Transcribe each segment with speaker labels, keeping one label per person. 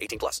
Speaker 1: 18 plus.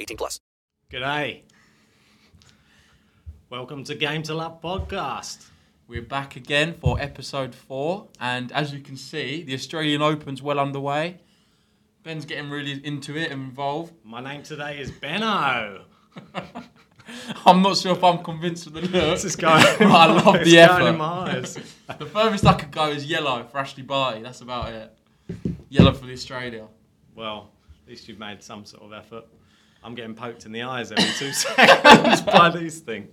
Speaker 1: 18 plus.
Speaker 2: G'day. Welcome to Game to Love podcast.
Speaker 3: We're back again for episode four, and as you can see, the Australian Open's well underway. Ben's getting really into it and involved.
Speaker 2: My name today is Benno.
Speaker 3: I'm not sure if I'm convinced of the look.
Speaker 2: This is going.
Speaker 3: but I love
Speaker 2: it's
Speaker 3: the
Speaker 2: going in my
Speaker 3: effort.
Speaker 2: eyes.
Speaker 3: The furthest I could go is yellow for Ashley Barty. That's about it. Yellow for the Australia.
Speaker 2: Well, at least you've made some sort of effort. I'm getting poked in the eyes every two seconds by these things.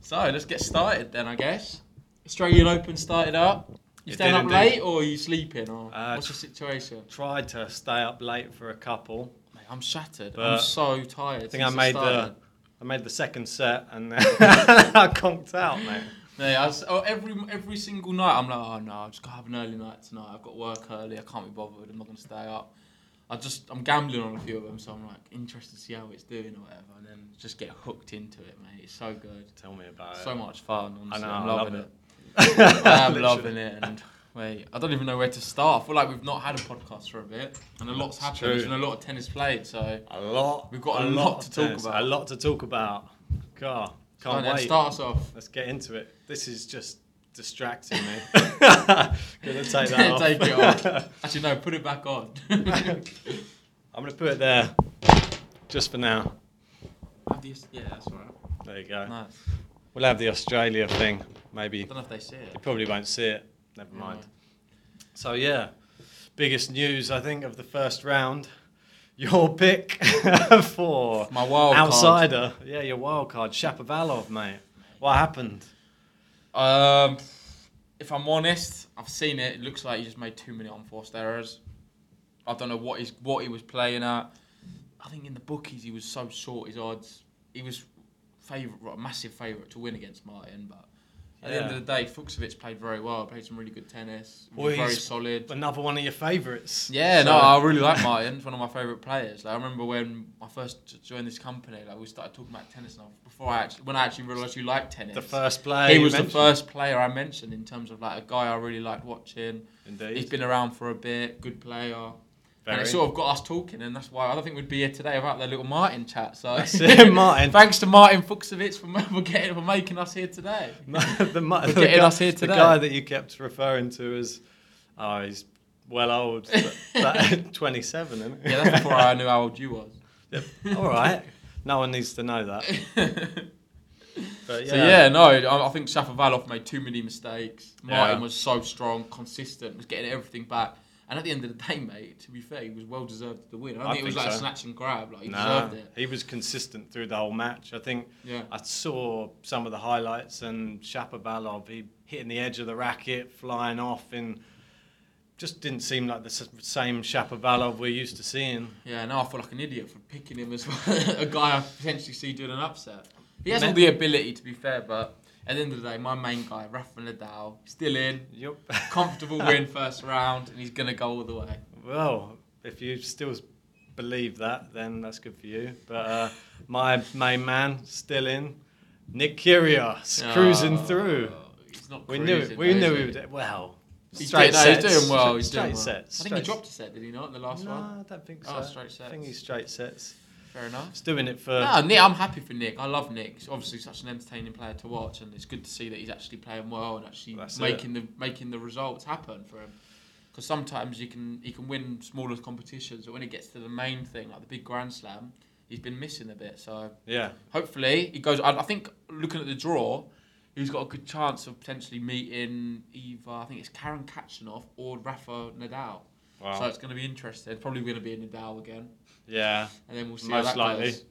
Speaker 3: So let's get started then, I guess. Australian Open started up. You
Speaker 2: It
Speaker 3: staying
Speaker 2: did
Speaker 3: up
Speaker 2: indeed.
Speaker 3: late or are you sleeping or
Speaker 2: Uh,
Speaker 3: what's the situation?
Speaker 2: Tried to stay up late for a couple.
Speaker 3: Mate, I'm shattered.
Speaker 2: But
Speaker 3: I'm so tired.
Speaker 2: Uh, I think I
Speaker 3: since
Speaker 2: made
Speaker 3: started.
Speaker 2: the I made the second set and then I conked out, mate.
Speaker 3: Yeah, I was, oh, every every single night I'm like, oh no, I just gotta have an early night tonight. I've got work early. I can't be bothered. I'm not gonna stay up. I just I'm gambling on a few of them, so I'm like interested to see how it's doing or whatever, and then just get hooked into it, mate. It's so good,
Speaker 2: Tell me about
Speaker 3: so
Speaker 2: it.
Speaker 3: much fun. Honestly.
Speaker 2: I know,
Speaker 3: I'm
Speaker 2: I love
Speaker 3: loving
Speaker 2: it.
Speaker 3: it. I am loving it. And wait, I don't even know where to start. I feel like we've not had a podcast for a bit, and a lot's happened.
Speaker 2: true.
Speaker 3: There's been a lot of tennis played, so
Speaker 2: A lot.
Speaker 3: We've got a lot to
Speaker 2: of
Speaker 3: talk
Speaker 2: tennis,
Speaker 3: about.
Speaker 2: A lot to talk about. God,
Speaker 3: go on
Speaker 2: can't
Speaker 3: then,
Speaker 2: wait.
Speaker 3: start us off.
Speaker 2: Let's get into it. This is just distracting me. Gonna take that off.
Speaker 3: Take it off. Actually, no, put it back on.
Speaker 2: I'm gonna put it there, just for now.
Speaker 3: yeah, that's all right.
Speaker 2: There you go.
Speaker 3: Nice.
Speaker 2: We'll have the Australia thing. Maybe
Speaker 3: I don't know if they see it.
Speaker 2: you probably won't see it. Never mind. So yeah, biggest news I think of the first round. Your pick for
Speaker 3: My wild card.
Speaker 2: outsider. Yeah, your wild card, Shapovalov, mate. What happened?
Speaker 3: Um, if I'm honest, I've seen it. It looks like he just made too many unforced errors. I don't know what he's what he was playing at. I think in the bookies he was so short his odds. He was favourite, massive favourite to win against Martin, but. At the end
Speaker 2: Yeah.
Speaker 3: of the day, Fuchsovic played very well. Played some really good tennis.
Speaker 2: Well,
Speaker 3: very
Speaker 2: he's-
Speaker 3: solid.
Speaker 2: Another one of your favourites.
Speaker 3: Yeah,
Speaker 2: So-
Speaker 3: no, I really like Martin. He's one of my favourite players. Like, I remember when I first j- joined this company, like we started talking about tennis, and I- before I actually, when I actually realised you liked tennis,
Speaker 2: The first player
Speaker 3: he
Speaker 2: you
Speaker 3: was the
Speaker 2: mentioned.
Speaker 3: first player I mentioned in terms of like a guy I really liked watching.
Speaker 2: Indeed.
Speaker 3: he's been around for a bit, good player, and
Speaker 2: Very.
Speaker 3: it sort of got us talking, and that's why I don't think we'd be here today without the little Martin chat. So
Speaker 2: it, Martin.
Speaker 3: thanks to Martin Fuchsovitz for, ma- for getting for making us here today.
Speaker 2: the, mu- the,
Speaker 3: getting
Speaker 2: guy,
Speaker 3: us here
Speaker 2: the
Speaker 3: today.
Speaker 2: guy that you kept referring to as, oh, he's well old, but- but 27, isn't he?
Speaker 3: Yeah, that's before I knew how old you was.
Speaker 2: All right. No one needs to know that. But yeah,
Speaker 3: So yeah, no, I I think Shapovalov made too many mistakes. Martin
Speaker 2: Yeah.
Speaker 3: was so strong, consistent, was getting everything back. And at the end of the day, mate, to be fair, he was well deserved the win. I don't
Speaker 2: I
Speaker 3: think it was
Speaker 2: think
Speaker 3: like
Speaker 2: so.
Speaker 3: a snatch and grab. Like he
Speaker 2: Nah,
Speaker 3: deserved it.
Speaker 2: he was consistent through the whole match. I think
Speaker 3: Yeah.
Speaker 2: I saw some of the highlights and Shapovalov, he hitting the edge of the racket, flying off, and just didn't seem like the s- same Shapovalov we're used to seeing.
Speaker 3: Yeah, now I feel like an idiot for picking him as a guy I potentially see doing an upset. He has
Speaker 2: Me-
Speaker 3: all the ability, to be fair, but at the end of the day, my main guy, Rafa Nadal, still in.
Speaker 2: Yup.
Speaker 3: Comfortable win first round, and he's gonna go all the way.
Speaker 2: Well, if you still believe that, then that's good for you. But uh, my main man still in, Nick Kyrgios, cruising through.
Speaker 3: Oh, He's not
Speaker 2: We knew
Speaker 3: Ah. cruising,
Speaker 2: it. We
Speaker 3: though,
Speaker 2: knew
Speaker 3: is
Speaker 2: we
Speaker 3: he?
Speaker 2: would. Well,
Speaker 3: He's
Speaker 2: straight
Speaker 3: doing- no,
Speaker 2: sets.
Speaker 3: He's doing well. He's
Speaker 2: straight
Speaker 3: doing well.
Speaker 2: sets.
Speaker 3: I think he
Speaker 2: straight-
Speaker 3: dropped a set, did he not? in The last
Speaker 2: No,
Speaker 3: one.
Speaker 2: I don't think so.
Speaker 3: Oh, straight
Speaker 2: I
Speaker 3: sets.
Speaker 2: think he's straight sets.
Speaker 3: Fair enough.
Speaker 2: He's doing it for.
Speaker 3: No, Nick, I'm happy for Nick. I love Nick. He's obviously such an entertaining player to watch, and it's good to see that he's actually playing well and actually
Speaker 2: That's
Speaker 3: making the making the results happen for him. Because sometimes you can he can win smaller competitions, but when it gets to the main thing, like the big Grand Slam, he's been missing a bit. So
Speaker 2: Yeah.
Speaker 3: hopefully he goes. I, I think looking at the draw, he's got a good chance of potentially meeting either I think it's Karen Kachanov or Rafa Nadal.
Speaker 2: Wow.
Speaker 3: So it's going to be interesting. Probably going to be a Nadal again,
Speaker 2: Yeah.
Speaker 3: and then we'll see
Speaker 2: Most
Speaker 3: how that
Speaker 2: likely.
Speaker 3: goes.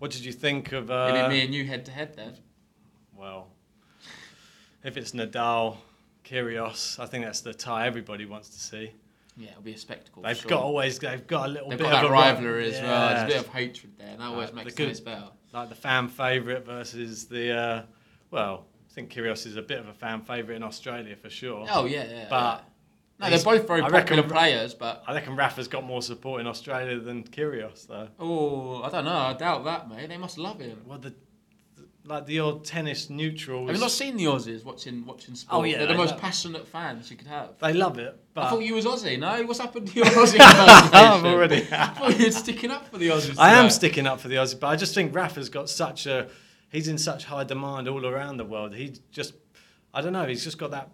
Speaker 2: What did you think of?
Speaker 3: It'll
Speaker 2: Uh,
Speaker 3: be me and you head to head then.
Speaker 2: Well, if it's Nadal, Kyrgios, I think that's the tie everybody wants to see.
Speaker 3: Yeah, it'll be a spectacle. for
Speaker 2: They've
Speaker 3: sure.
Speaker 2: got always they've got a little
Speaker 3: They've
Speaker 2: bit
Speaker 3: got
Speaker 2: of
Speaker 3: that
Speaker 2: a
Speaker 3: rivalry as well. There's a
Speaker 2: Yeah. Uh,
Speaker 3: bit of hatred there, and that always
Speaker 2: the
Speaker 3: makes
Speaker 2: good-
Speaker 3: things better.
Speaker 2: like the fan favourite versus the uh, well, I think Kyrgios is a bit of a fan favourite in Australia for sure.
Speaker 3: Oh yeah, yeah.
Speaker 2: But
Speaker 3: yeah. no, they're
Speaker 2: he's-
Speaker 3: both very
Speaker 2: I
Speaker 3: popular
Speaker 2: reckon-
Speaker 3: players, but
Speaker 2: I reckon Rafa's got more support in Australia than Kyrgios though.
Speaker 3: oh, I don't know. I doubt that, mate. They must love him.
Speaker 2: Well, the like the old tennis neutrals,
Speaker 3: Have you not seen the Aussies watching watching sport?
Speaker 2: yeah,
Speaker 3: they're the
Speaker 2: I
Speaker 3: most
Speaker 2: know.
Speaker 3: passionate fans you could have.
Speaker 2: they love it. But
Speaker 3: I thought you was Aussie. No, what's happened to your Aussie? I'm
Speaker 2: already-
Speaker 3: I thought you were sticking up for the Aussies.
Speaker 2: I am
Speaker 3: today.
Speaker 2: sticking up for the Aussies, but I just think Rafa's got such a he's in such high demand all around the world. He just I don't know, he's just got that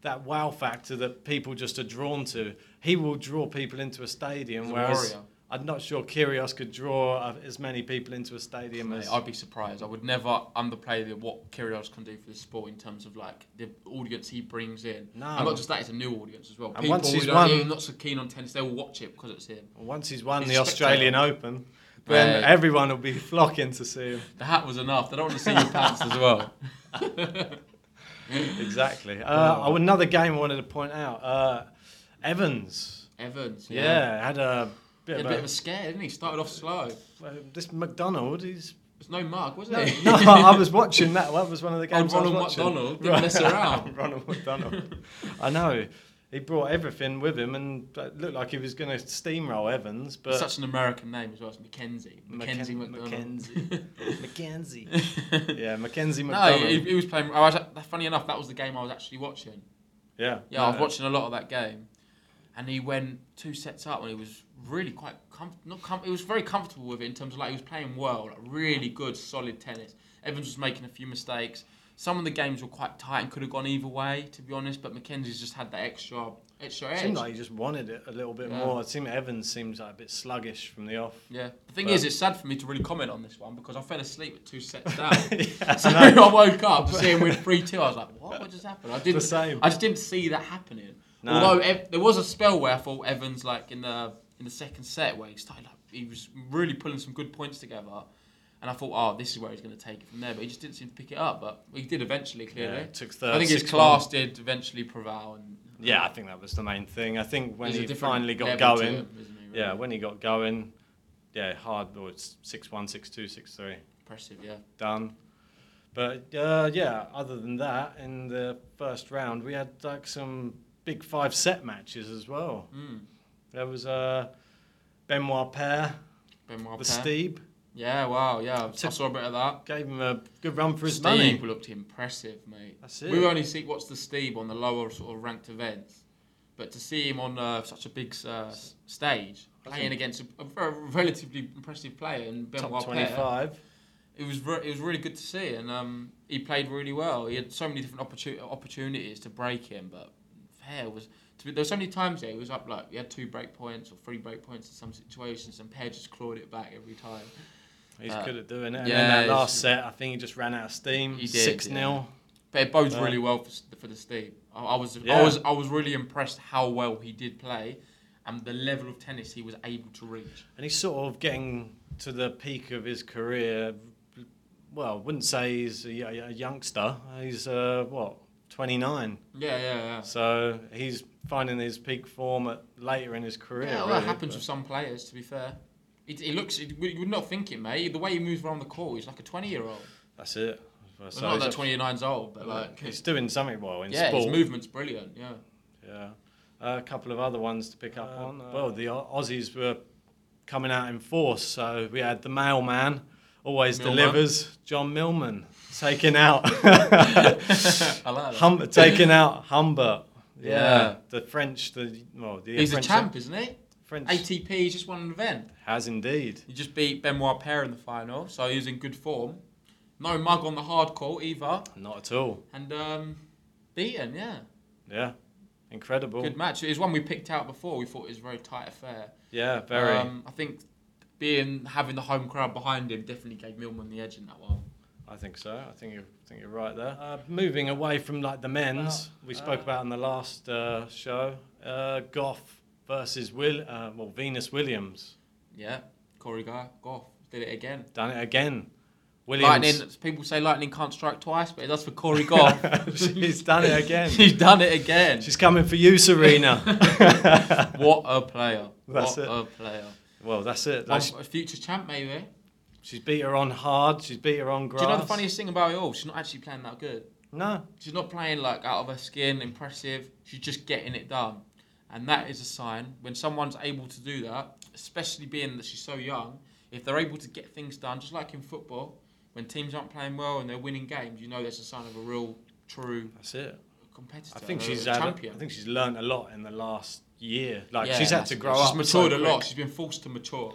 Speaker 2: that wow factor that people just are drawn to. He will draw people into a stadium,
Speaker 3: He's a
Speaker 2: whereas
Speaker 3: warrior.
Speaker 2: I'm not sure Kyrgios could draw uh, as many people into a stadium
Speaker 3: Mate,
Speaker 2: as
Speaker 3: I'd be surprised. I would never underplay the, what Kyrgios can do for the sport in terms of like the audience he brings in.
Speaker 2: No.
Speaker 3: and not just that; it's a new audience as well. People
Speaker 2: once
Speaker 3: who
Speaker 2: he's
Speaker 3: don't,
Speaker 2: won-
Speaker 3: who are not so keen on tennis, they'll watch it because it's him.
Speaker 2: once he's won
Speaker 3: He's
Speaker 2: the
Speaker 3: a
Speaker 2: Australian Open, then
Speaker 3: Mate.
Speaker 2: everyone will be flocking to see him.
Speaker 3: The hat was enough. They don't want to see your pants as well.
Speaker 2: Exactly. Uh, oh, another game I wanted to point out. Uh, Evans,
Speaker 3: Evans,
Speaker 2: yeah,
Speaker 3: yeah,
Speaker 2: had a bit,
Speaker 3: He
Speaker 2: of,
Speaker 3: had a bit of a scare, didn't he? Started off slow.
Speaker 2: Well, this McDonald, he's.
Speaker 3: It's no mug, was it?
Speaker 2: No, I was watching that. That was one of the games.
Speaker 3: Oh, Ronald
Speaker 2: I was watching.
Speaker 3: McDonald didn't mess around.
Speaker 2: Ronald McDonald. I know. He brought everything with him and it looked like he was going to steamroll Evans, but.
Speaker 3: Such an American name as well. It's Mackenzie. Mackenzie
Speaker 2: Macken-
Speaker 3: McDonald.
Speaker 2: Mackenzie. Mackenzie. yeah, Mackenzie
Speaker 3: No,
Speaker 2: McDonald.
Speaker 3: he, he was playing. I was, funny enough, that was the game I was actually watching.
Speaker 2: yeah. Uh,
Speaker 3: Yeah, I was watching a lot of that game, and he went two sets up, and he was really quite comf- not com- He was very comfortable with it in terms of like he was playing well, like really good, solid tennis. Evans was making a few mistakes. Some of the games were quite tight and could have gone either way, to be honest. But Mackenzie's just had that extra extra
Speaker 2: It
Speaker 3: edge.
Speaker 2: seemed like he just wanted it a little bit
Speaker 3: Yeah.
Speaker 2: more. It seemed Evans seems like a bit sluggish from the off.
Speaker 3: yeah. The thing
Speaker 2: But-
Speaker 3: is, it's sad for me to really comment on this one because I fell asleep at two sets down. so I woke up to see him with three two. I was like, what? What just happened? I didn't.
Speaker 2: same.
Speaker 3: I just didn't see that happening.
Speaker 2: No.
Speaker 3: Although Ev- there was a spell where I thought Evans, like in the in the second set, where he started, like, he was really pulling some good points together, and I thought, oh, this is where he's going to take it from there. But he just didn't seem to pick it up. But he did eventually, clearly.
Speaker 2: Yeah, took third,
Speaker 3: I think his
Speaker 2: 6-1.
Speaker 3: class did eventually prevail, and
Speaker 2: Yeah, I think that was the main thing. I think when
Speaker 3: There's a
Speaker 2: he
Speaker 3: different
Speaker 2: finally got
Speaker 3: level to
Speaker 2: going,
Speaker 3: him, isn't he, really?
Speaker 2: yeah, when he got going, yeah, hard. Well, it's six one, six two, six three,
Speaker 3: impressive, yeah.
Speaker 2: done. But uh, yeah, other than that, in the first round, we had like some big five set matches as well.
Speaker 3: Hmm.
Speaker 2: There was uh, Benoit Paire,
Speaker 3: Ben
Speaker 2: the Steeb,
Speaker 3: Yeah, wow, yeah. I saw a bit of that.
Speaker 2: gave him a good run for his money.
Speaker 3: Steve looked impressive, mate.
Speaker 2: That's it.
Speaker 3: We only see what's the Steve on the lower sort of ranked events, but to see him on uh, such a big uh, s- stage playing against a, a very- relatively impressive player in
Speaker 2: Top
Speaker 3: Benoit Paire,
Speaker 2: 25.
Speaker 3: it was re- it was really good to see, and um, he played really well. He had so many different opportu- opportunities to break him, but Pair was. to be- There were so many times there he was up like he had two break points or three break points in some situations, and Pair just clawed it back every time.
Speaker 2: He's
Speaker 3: Uh,
Speaker 2: good at doing it. And
Speaker 3: yeah,
Speaker 2: then that
Speaker 3: he's-
Speaker 2: last set, I think he just ran out of steam.
Speaker 3: He did,
Speaker 2: 6 0.
Speaker 3: But it bodes
Speaker 2: Yeah.
Speaker 3: really well for, S- for the Steve. I, I was
Speaker 2: Yeah.
Speaker 3: I was I was really impressed how well he did play, and the level of tennis he was able to reach.
Speaker 2: And he's sort of getting to the peak of his career. Well, I wouldn't say he's a, y- a youngster. He's, uh, what, 29.
Speaker 3: Yeah, yeah, yeah.
Speaker 2: So he's finding his peak form at, later in his career.
Speaker 3: yeah, well,
Speaker 2: really.
Speaker 3: that happens with some players. To be fair, it, it looks it, you would not think it, mate. The way he moves around the court, he's like a twenty-year-old.
Speaker 2: That's it. Well, so
Speaker 3: not
Speaker 2: he's,
Speaker 3: that
Speaker 2: a-
Speaker 3: twenty-nine's old, but like
Speaker 2: he's doing something well in
Speaker 3: yeah,
Speaker 2: sport.
Speaker 3: his movement's brilliant. Yeah,
Speaker 2: Yeah. Uh, a couple of other ones to pick up on. Well, the Au- Aussies were coming out in force. So we had the mailman, always
Speaker 3: Millman.
Speaker 2: delivers, John Millman, taking out
Speaker 3: I like that.
Speaker 2: hum, taking out Humbert. Yeah.
Speaker 3: Yeah.
Speaker 2: the French, the well, the
Speaker 3: He's
Speaker 2: French
Speaker 3: a champ, isn't he?
Speaker 2: French
Speaker 3: ATP, he's just won an event.
Speaker 2: has indeed.
Speaker 3: He just beat Benoit Paire in the final, so he was in good form. No mug on the hard call either,
Speaker 2: Not at all.
Speaker 3: and um, beaten, yeah.
Speaker 2: Yeah, incredible.
Speaker 3: Good match. It was one we picked out before. We thought it was a very tight affair.
Speaker 2: Yeah, very.
Speaker 3: Um, I think being having the home crowd behind him definitely gave Milman the edge in that one.
Speaker 2: I think so. I think you're, I think you're right there. Uh, moving away from like the men's, we spoke about in the last uh, show, uh, Goff versus Will, uh, well Venus Williams,
Speaker 3: Yeah, Corey Guy, Goff did it again.
Speaker 2: done it again.
Speaker 3: Lightning.
Speaker 2: Williams,
Speaker 3: People say lightning can't strike twice, but it does for Corey Goff.
Speaker 2: she's done it again.
Speaker 3: She's done it again.
Speaker 2: She's coming for you, Serena.
Speaker 3: what a player.
Speaker 2: That's
Speaker 3: what
Speaker 2: it.
Speaker 3: a player.
Speaker 2: well, that's it.
Speaker 3: One-
Speaker 2: Like,
Speaker 3: a future champ, maybe.
Speaker 2: she's beat her on hard. She's beat her on grass.
Speaker 3: Do you know the funniest thing about it all? She's not actually playing that good.
Speaker 2: No,
Speaker 3: She's not playing like out of her skin, impressive. She's just getting it done. And that is a sign when someone's able to do that, especially being that she's so young, if they're able to get things done, just like in football, when teams aren't playing well and they're winning games, you know that's a sign of a real, true
Speaker 2: that's it.
Speaker 3: competitor.
Speaker 2: I think
Speaker 3: a
Speaker 2: she's had, I
Speaker 3: champion.
Speaker 2: think she's learned a lot in the last year. Like
Speaker 3: Yeah,
Speaker 2: she's had
Speaker 3: that's-
Speaker 2: to grow
Speaker 3: she's
Speaker 2: up. so
Speaker 3: matured a lot.
Speaker 2: quick.
Speaker 3: She's been forced to mature.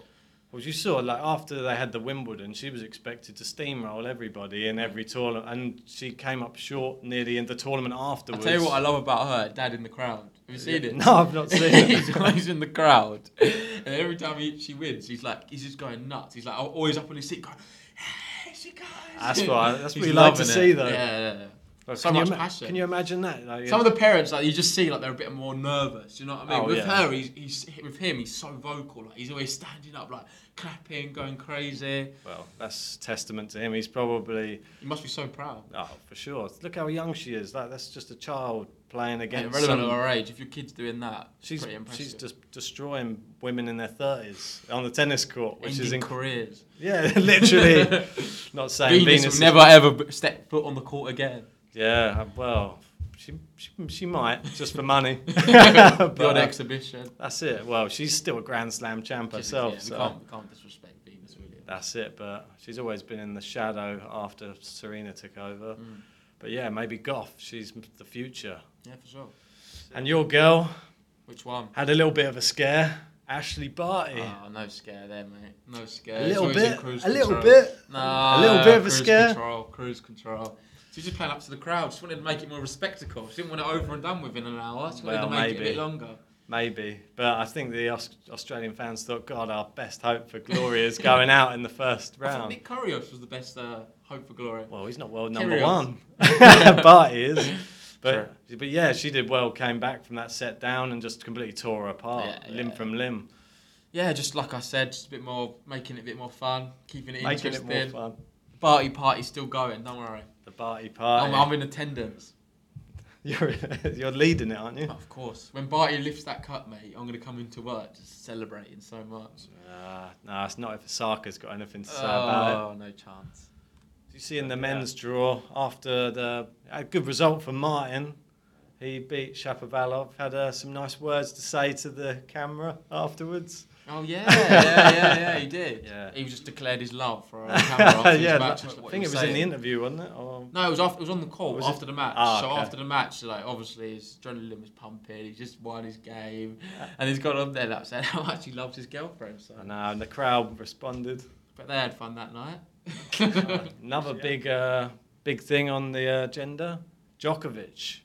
Speaker 2: Well, you saw like after they had the Wimbledon, she was expected to steamroll everybody in
Speaker 3: Mm.
Speaker 2: every tournament, and she came up short nearly in the tournament
Speaker 3: I'll
Speaker 2: afterwards.
Speaker 3: tell you what I love about her, Dad in the crowd. Have you seen it?
Speaker 2: No, I've not seen it.
Speaker 3: he's always in the crowd, and every time he, she wins, he's like, he's just going nuts. He's like, always up on his seat, going, "Hey, she goes."
Speaker 2: That's what I- that's what
Speaker 3: He's
Speaker 2: you like to
Speaker 3: loving
Speaker 2: see,
Speaker 3: it.
Speaker 2: though.
Speaker 3: Yeah, yeah, yeah.
Speaker 2: Like,
Speaker 3: so
Speaker 2: can you
Speaker 3: much
Speaker 2: ima-
Speaker 3: passion.
Speaker 2: Can you imagine that? Like,
Speaker 3: Some of the parents, like you just see, like they're a bit more nervous. You know what I mean?
Speaker 2: Oh,
Speaker 3: with
Speaker 2: yeah.
Speaker 3: her, he's, he's with him. He's so vocal. Like he's always standing up, like clapping, going crazy.
Speaker 2: well, that's testament to him. He's probably
Speaker 3: He must be so proud.
Speaker 2: oh for sure. Look how young she is. Like that's just a child playing
Speaker 3: And
Speaker 2: against.
Speaker 3: relevant
Speaker 2: some-
Speaker 3: to her age, if your kid's doing that, it's
Speaker 2: she's
Speaker 3: pretty impressive.
Speaker 2: she's just destroying women in their thirties on the tennis court, which
Speaker 3: Ending
Speaker 2: is inc-
Speaker 3: careers.
Speaker 2: yeah, literally. not saying
Speaker 3: Venus,
Speaker 2: Venus,
Speaker 3: will
Speaker 2: is-
Speaker 3: never ever b- step foot on the court again.
Speaker 2: Yeah, uh, well, she, she, she might just for money.
Speaker 3: Good
Speaker 2: uh,
Speaker 3: exhibition.
Speaker 2: That's it. Well, she's still a Grand Slam champ herself.
Speaker 3: Yeah, we,
Speaker 2: so
Speaker 3: can't, we can't disrespect Venus Williams.
Speaker 2: that's it. But she's always been in the shadow after Serena took over.
Speaker 3: Mm.
Speaker 2: But yeah, maybe Goff. She's m- the future.
Speaker 3: Yeah, for sure.
Speaker 2: And your girl
Speaker 3: Which one?
Speaker 2: had a little bit of a scare. Ashley Barty.
Speaker 3: Oh, no scare there, mate. No
Speaker 2: A
Speaker 3: scare. It's
Speaker 2: little
Speaker 3: always in
Speaker 2: bit,
Speaker 3: cruise
Speaker 2: a little
Speaker 3: control.
Speaker 2: bit,
Speaker 3: No,
Speaker 2: a little bit of a
Speaker 3: cruise
Speaker 2: scare.
Speaker 3: Control, cruise control. She's just playing up to the crowd. She wanted to make it more of a spectacle. She didn't want it over and done with in an hour. She wanted
Speaker 2: Well,
Speaker 3: to make it a
Speaker 2: maybe.
Speaker 3: bit longer.
Speaker 2: Maybe, but I think the Aus- Australian fans thought, God, our best hope for glory is going out in the first
Speaker 3: I thought
Speaker 2: round.
Speaker 3: Nick Kyrgios was the best uh, hope for glory.
Speaker 2: Well, he's not world number
Speaker 3: Kyrgios.
Speaker 2: one, but he is. But, but yeah, she did well. Came back from that set down and just completely tore her apart,
Speaker 3: Yeah,
Speaker 2: limb
Speaker 3: yeah.
Speaker 2: from limb,
Speaker 3: Yeah, just like I said, just a bit more, making it a bit more fun, keeping it
Speaker 2: making it
Speaker 3: interesting.
Speaker 2: more fun.
Speaker 3: Party party's still going. Don't worry.
Speaker 2: The Barty party.
Speaker 3: I'm, I'm in attendance.
Speaker 2: You're you're leading it, aren't you?
Speaker 3: Of course. When Barty lifts that cup, mate, I'm gonna come into work just celebrating so much.
Speaker 2: Uh, no, it's not if Saka's got anything to say about it.
Speaker 3: Oh, no chance.
Speaker 2: You see in the men's draw after the a good result for Martin. He beat Shapovalov. Had uh, some nice words to say to the camera afterwards.
Speaker 3: Oh yeah, yeah, yeah, yeah. He did.
Speaker 2: Yeah.
Speaker 3: He just declared his love for a camera. After his
Speaker 2: yeah,
Speaker 3: match,
Speaker 2: I
Speaker 3: that's what he
Speaker 2: think it was in the
Speaker 3: saying.
Speaker 2: interview, wasn't it? Or
Speaker 3: No, it was after, it was on the call
Speaker 2: Was it-
Speaker 3: after the match.
Speaker 2: Ah,
Speaker 3: so
Speaker 2: okay.
Speaker 3: after the match, like obviously his adrenaline was pumping. He's just won his game, and he's got up there like saying how much he loves his girlfriend. So,
Speaker 2: I know, and the crowd responded.
Speaker 3: but they had fun that night.
Speaker 2: Another big, uh, big thing on the uh, agenda. Djokovic